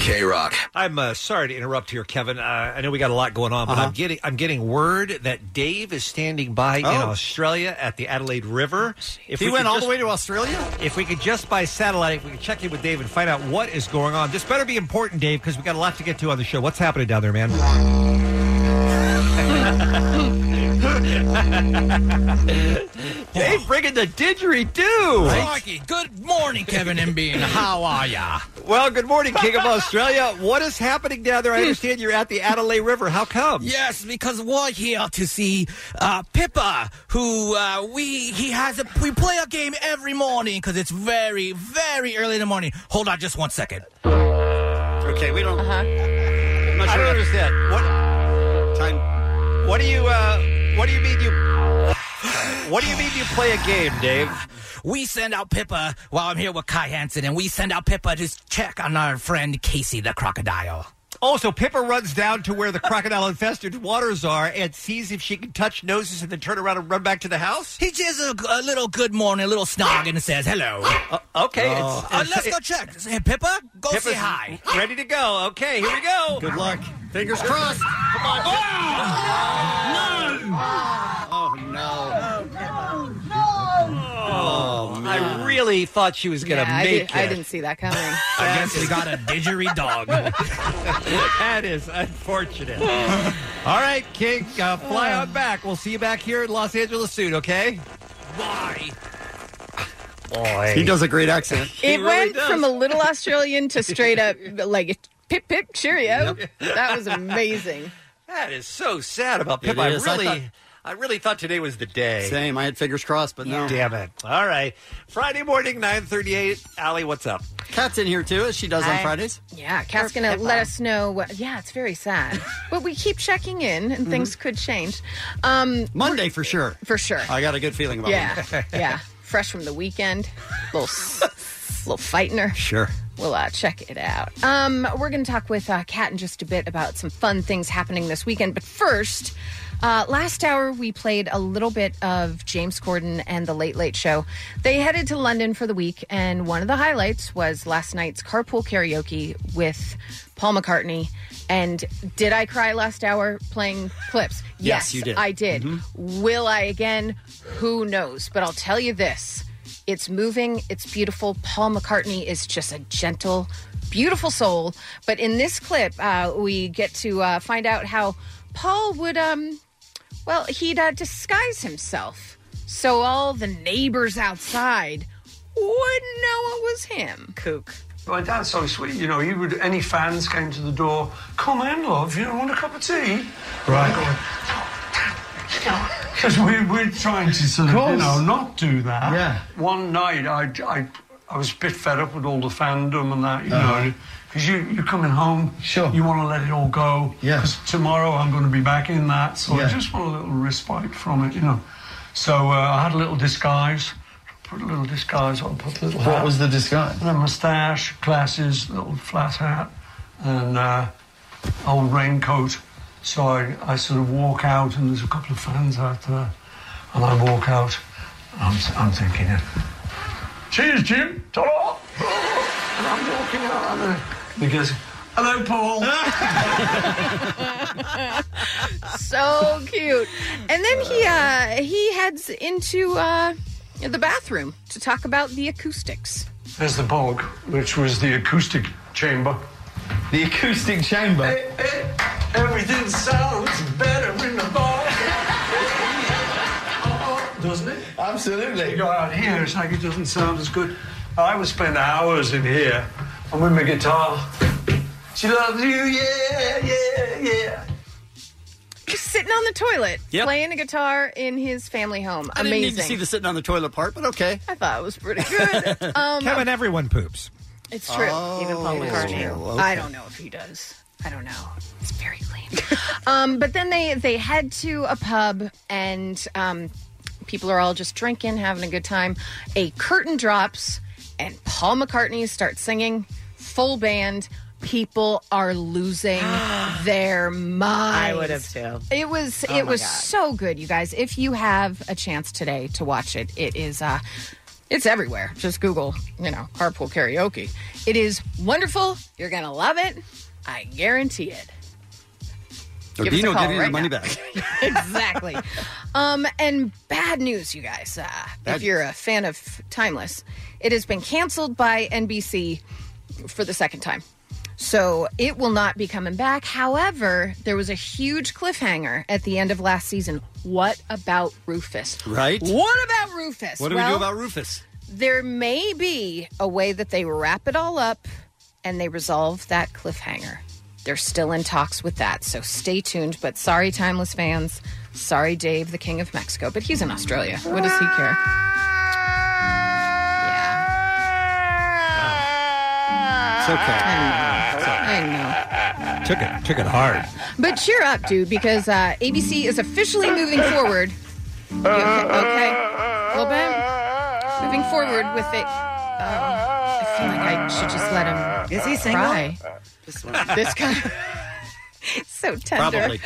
K Rock.
I'm uh, sorry to interrupt here, Kevin. Uh, I know we got a lot going on, but
Uh-huh.
I'm getting I'm getting word that Dave is standing by in
Oh.
Australia at the Adelaide River.
He went all the way
to Australia. If we could just by satellite, if we could check in with Dave and find out what is going on. This better be important, Dave, because we got a lot to get to on the show. What's happening down there, man?
Dave bringing the didgeridoo.
Crikey. Good morning, Kevin and Bean. How are ya?
Well, good morning, King of Australia. What is happening down there? I understand you're at the Adelaide River. How come?
Yes, because we're here to see uh, Pippa, who uh, we he has a we play a game every morning because it's very very early in the morning. Hold on, just one second.
Okay, we don't. I'm not sure I don't understand. What time? What do you? Uh, what do you mean you? What do you mean you play a game, Dave?
We send out Pippa while I'm here with Kai Hansen, and we send out Pippa to check on our friend Casey the crocodile.
Oh, so Pippa runs down to where the crocodile infested waters are and sees if she can touch noses and then turn around and run back to the house?
He gives a, a little good morning, a little snog, and says hello.
okay,
Uh,
it's- it's-
let's go check. Hey, Pippa, go say hi.
Ready to go. Okay, here we go.
Good luck.
Fingers
crossed.
Come on.
Oh no! Oh, I really thought she was going to
Yeah, I,
make
did, I
it.
didn't see that coming.
I guess we got a didgeridoo.
that is unfortunate. All right, King, uh, fly on back. We'll see you back here in Los Angeles soon, okay?
Bye.
Boy.
He does a great accent.
It went from a little Australian to straight up like pip pip cheerio. That was amazing.
That is so sad about
It
Pip. I
is. I
really, I,
thought-
really thought today was the day.
Same. I had fingers crossed, but no.
Damn it! All right, Friday morning, nine thirty-eight. Allie, what's up?
Cat's in here too, as she does on
I-
Fridays.
Yeah, Cat's going to let us know. What, yeah, it's very sad. but we keep checking in
Mm-hmm.
and things could change. Um,
Monday for sure.
For sure.
I got a good feeling about
yeah,
Monday.
yeah. Fresh from the weekend. Little, s- little fighting her.
Sure.
We'll uh, check it out. Um, we're going to talk with uh, Kat in just a bit about some fun things happening this weekend. But first, uh, last hour we played a little bit of James Corden and the Late Late Show. They headed to London for the week, and one of the highlights was last night's carpool karaoke with Paul McCartney. And did I cry last hour playing clips?
Yes, you did.
I did.
Mhm.
Will I again? Who knows? But I'll tell you this it's moving, it's beautiful. Paul McCartney is just a gentle, beautiful soul. But in this clip, uh, we get to uh, find out how Paul would, um, well, he'd uh, disguise himself. So all the neighbors outside wouldn't know it was him. Kook.
My dad's so sweet, you know, he would, any fans came to the door, come in, love, you know, want a cup of tea?
Right.
Because we, we're trying to sort of, you
course.
know, not do that. Yeah. One night, I, I, I was a bit fed up with all the fandom and that, you know, because you, you're coming home. Sure. You want to let it all go. Yeah. tomorrow I'm going to be back in that, so I
Yeah.
just want a little respite from it, you know. So uh, I had a little disguise. Put a little disguise on, put a little
What
hat.
was the disguise?
A moustache, glasses, little flat hat, and uh, old raincoat. So I, I sort of walk out, and there's a couple of fans out there, and I walk out. I'm, I'm thinking, cheers, Jim, ta And I'm walking out, and uh, he goes, hello, Paul.
so cute. And then he uh, he heads into uh, the bathroom to talk about the acoustics.
There's the bog, which was the acoustic chamber. The acoustic chamber? everything sounds better in the bog. Doesn't it? Absolutely. You go out here, it's like it doesn't sound as good. I would spend hours in here, and with my guitar. She loves you, yeah, yeah, yeah.
Just sitting on the toilet,
Yep.
playing a guitar in his family home.
I
Amazing.
didn't need to see the sitting on the toilet part, but okay.
I thought it was pretty good. Um,
Kevin, everyone poops.
It's true. Even Paul
it is
McCartney.
true. Okay.
I don't know if he does. I don't know. It's very lame. um, but then they they head to a pub and um, people are all just drinking, having a good time. A curtain drops and Paul McCartney starts singing, full band. People are losing their minds.
I would have too.
It was
Oh
it
my
was
God.
so good, you guys. If you have a chance today to watch it, it is uh It's everywhere. Just Google, you know, carpool karaoke. It is wonderful. You're going to love it. I guarantee it.
Or
Give us a
Dean will
call
give you
right
your money back.
exactly. Um, and bad news, you guys. Uh, if
Bad
you're a fan of Timeless, it has been canceled by NBC for the second time. So it will not be coming back. However, there was a huge cliffhanger at the end of last season. What about Rufus?
Right?
What about Rufus?
What do we
Well,
do about Rufus?
There may be a way that they wrap it all up and they resolve that cliffhanger. They're still in talks with that, so stay tuned. But sorry, Timeless fans. Sorry, Dave, the King of Mexico, but he's in Australia. What does he care?
It's okay.
I know.
Took it, took it hard.
But cheer up, dude, because uh, ABC is officially moving forward. You okay? okay? A little bit? Moving forward with it. Oh, I feel like I should just let him
Is he single?
cry. This kind of... so tender.
Probably.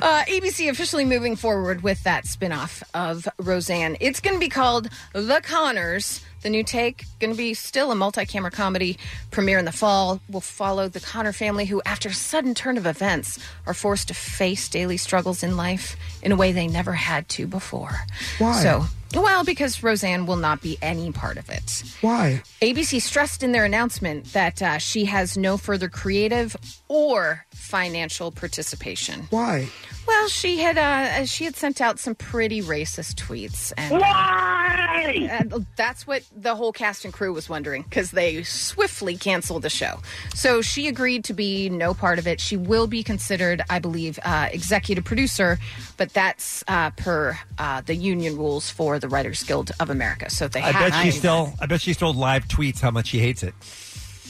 Uh, ABC officially moving forward with that spinoff of Roseanne. It's going to be called The Connors. The new take going to be still a multi-camera comedy premiere in the fall. Will follow the Connor family, who, after a sudden turn of events, are forced to face daily struggles in life in a way they never had to before.
Why?
So, well, because Roseanne will not be any part of it.
Why?
ABC stressed in their announcement that uh, she has no further creative or financial participation.
Why?
Well, she had uh, she had sent out some pretty racist tweets, and And that's what the whole cast and crew was wondering because they swiftly canceled the show. So she agreed to be no part of it. She will be considered, I believe, uh, executive producer, but that's uh, per uh, the union rules for the Writers Guild of America. So they
I
have
bet
to
she
do
still. I bet she still live tweets how much she hates it.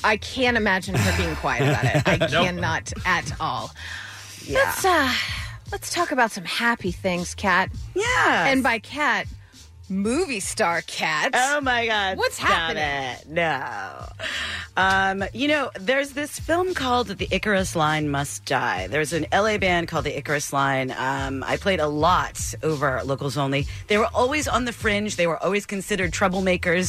I can't imagine her being quiet about it. I
Nope.
cannot at all. Let's uh let's talk about some happy things, Kat. Yeah. And by cat, movie star cat.
Oh my god.
What's
stop
happening?
it. No. Um, you know, there's this film called The Icarus Line Must Die. There's an LA band called The Icarus Line. Um, I played a lot over Locals Only. They were always on the fringe. They were always considered troublemakers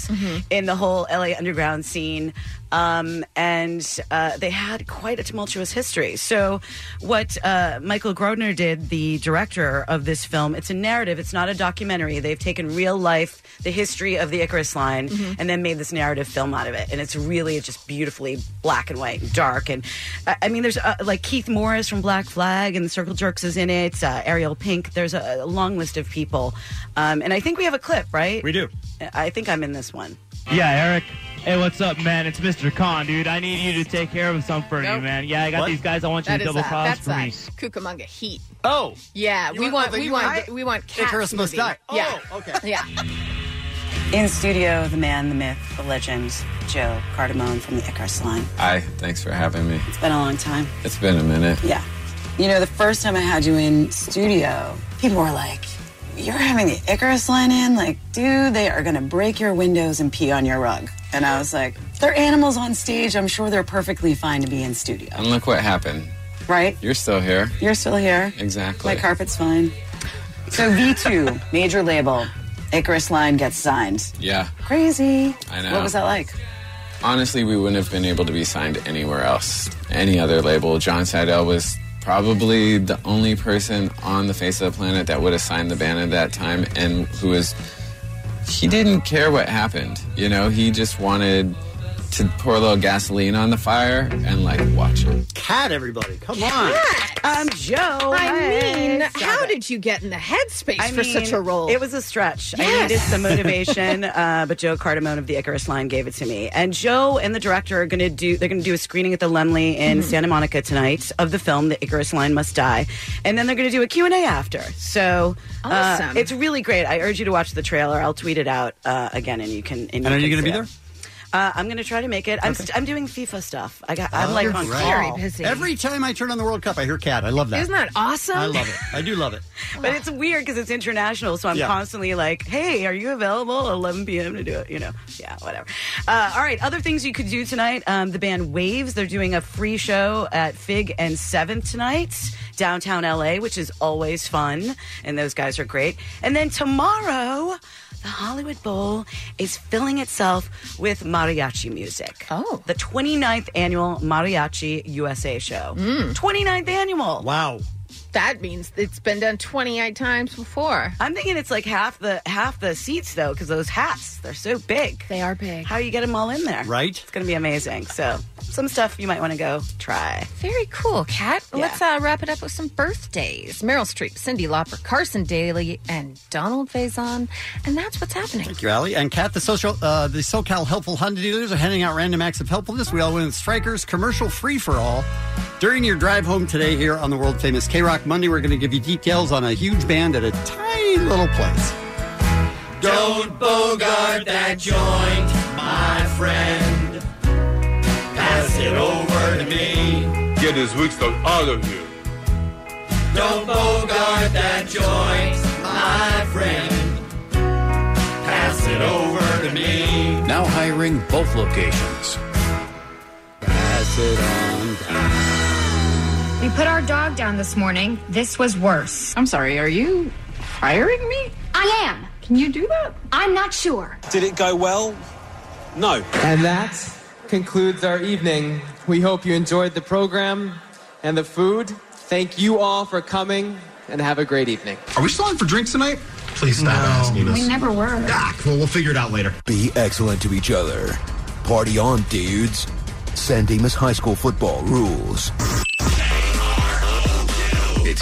in the whole LA underground scene. Um, and uh, they had quite a tumultuous history. So, what uh, Michael Grodner did, the director of this film, it's a narrative, it's not a documentary. They've taken real life, the history of the Icarus Line,
Mhm.
and then made this narrative film out of it. And it's really just beautifully black and white, and dark. And I I mean, there's uh, like Keith Morris from Black Flag and the Circle Jerks is in it, uh, Ariel Pink. There's a, a long list of people. Um, and I think we have a clip, right? We
do.
I think I'm in this one.
Yeah, Eric. Hey, what's up, man? It's Mr. Khan, dude. I need you to take care of something for
Nope.
me, man. Yeah, I got
What?
these guys. I want you
That
to
is
double
uh, that's
cross for me.
uh, Cucamonga Heat.
Oh.
Yeah, we
want-
want
oh,
we
you
want
want-
we want cat.
Icarus must die. Oh,
yeah. okay. Yeah.
In studio, the man, the myth, the legend, Joe Cardamone from the Icarus Line.
Hi, thanks for having me.
It's been a long time.
It's been a minute.
Yeah. You know, the first time I had you in studio, people were like, You're having the Icarus line in? Like, dude, they are going to break your windows and pee on your rug. And I was like, They're animals on stage. I'm sure they're perfectly fine to be in studio.
And look what happened.
Right?
You're still here.
You're still here.
Exactly.
My carpet's fine. So, V2, major label, Icarus line gets signed.
Yeah.
Crazy.
I know.
What was that like?
Honestly, we wouldn't have been able to be signed anywhere else. Any other label. John Seidel was probably the only person on the face of the planet that would have signed the band at that time and who was he didn't care what happened. You know, he just wanted to pour a little gasoline on the fire and like watch it.
Cat, everybody. Come on.
Um, Joe.
I
hey,
mean,
stop
how
it.
did you get in the headspace
I
for
mean,
such a role?
It was a stretch. I
Yes.
needed some motivation, uh, but Joe Cardamone of the Icarus Line gave it to me. And Joe and the director are going to do. They're going to do a screening at the Lemley in
Mm-hmm.
Santa Monica tonight of the film "The Icarus Line Must Die," and then they're going to do a Q and A after. So uh,
Awesome.
it's really great. I urge you to watch the trailer. I'll tweet it out uh, again, and you can. And,
And are you
going
gonna
to
be there?
Uh, I'm going to try to make it. I'm, st- I'm doing FIFA stuff. I got. I'm like
Oh, You're
on
right.
call.
Every time I turn on the World Cup, I hear Cat. I love that.
Isn't that awesome?
I love it. I do love it.
But it's weird because it's international, so I'm
Yeah.
constantly like, "Hey, are you available at 11 p.m. to do it?" You know, yeah, whatever. Uh, all right, other things you could do tonight. Um, the band Waves they're doing a free show at Fig and Seventh tonight, downtown LA, which is always fun, and those guys are great. And then tomorrow. the Hollywood Bowl is filling itself with mariachi music. Oh. The 29th annual Mariachi USA show. 29th annual.
Wow.
Mm. That means it's been done 28 times before.
I'm thinking it's like half the half the seats though cuz those hats, they're so big.
They are big.
How you get them all in there?
Right?
It's going to be amazing. So, some stuff you might want to go try.
Very cool, Kat.
Yeah.
Let's uh, wrap it up with some birthdays. Meryl Streep, Cindy Lauper, Carson Daly, and Donald Faison. And that's what's happening.
Thank you, Allie. And Kat, the social, uh, the SoCal helpful Honda dealers are handing out random acts of helpfulness. We all win with Strikers commercial free for all. During your drive home today, here on the world famous K Rock Monday, we're going to give you details on a huge band at a tiny little place.
Don't bogart that joint, my friend. Pass it over to me.
Get this weak stuff out of here.
Don't bogart that joint, my friend. Pass it over to me.
Now hiring both locations.
Pass it on
We put our dog down this morning. This was worse. I'm sorry, are you firing me? I am. Can you do that? I'm not sure.
Did it go well? No. And that concludes our evening. We hope you enjoyed the program and the food. Thank you all for coming and have a great evening.
Are we still on for drinks tonight? Please stop asking us.
never were.
well, we'll figure it out later.
Be excellent to each other. Party on, dudes. San Dimas High School football rules.
It's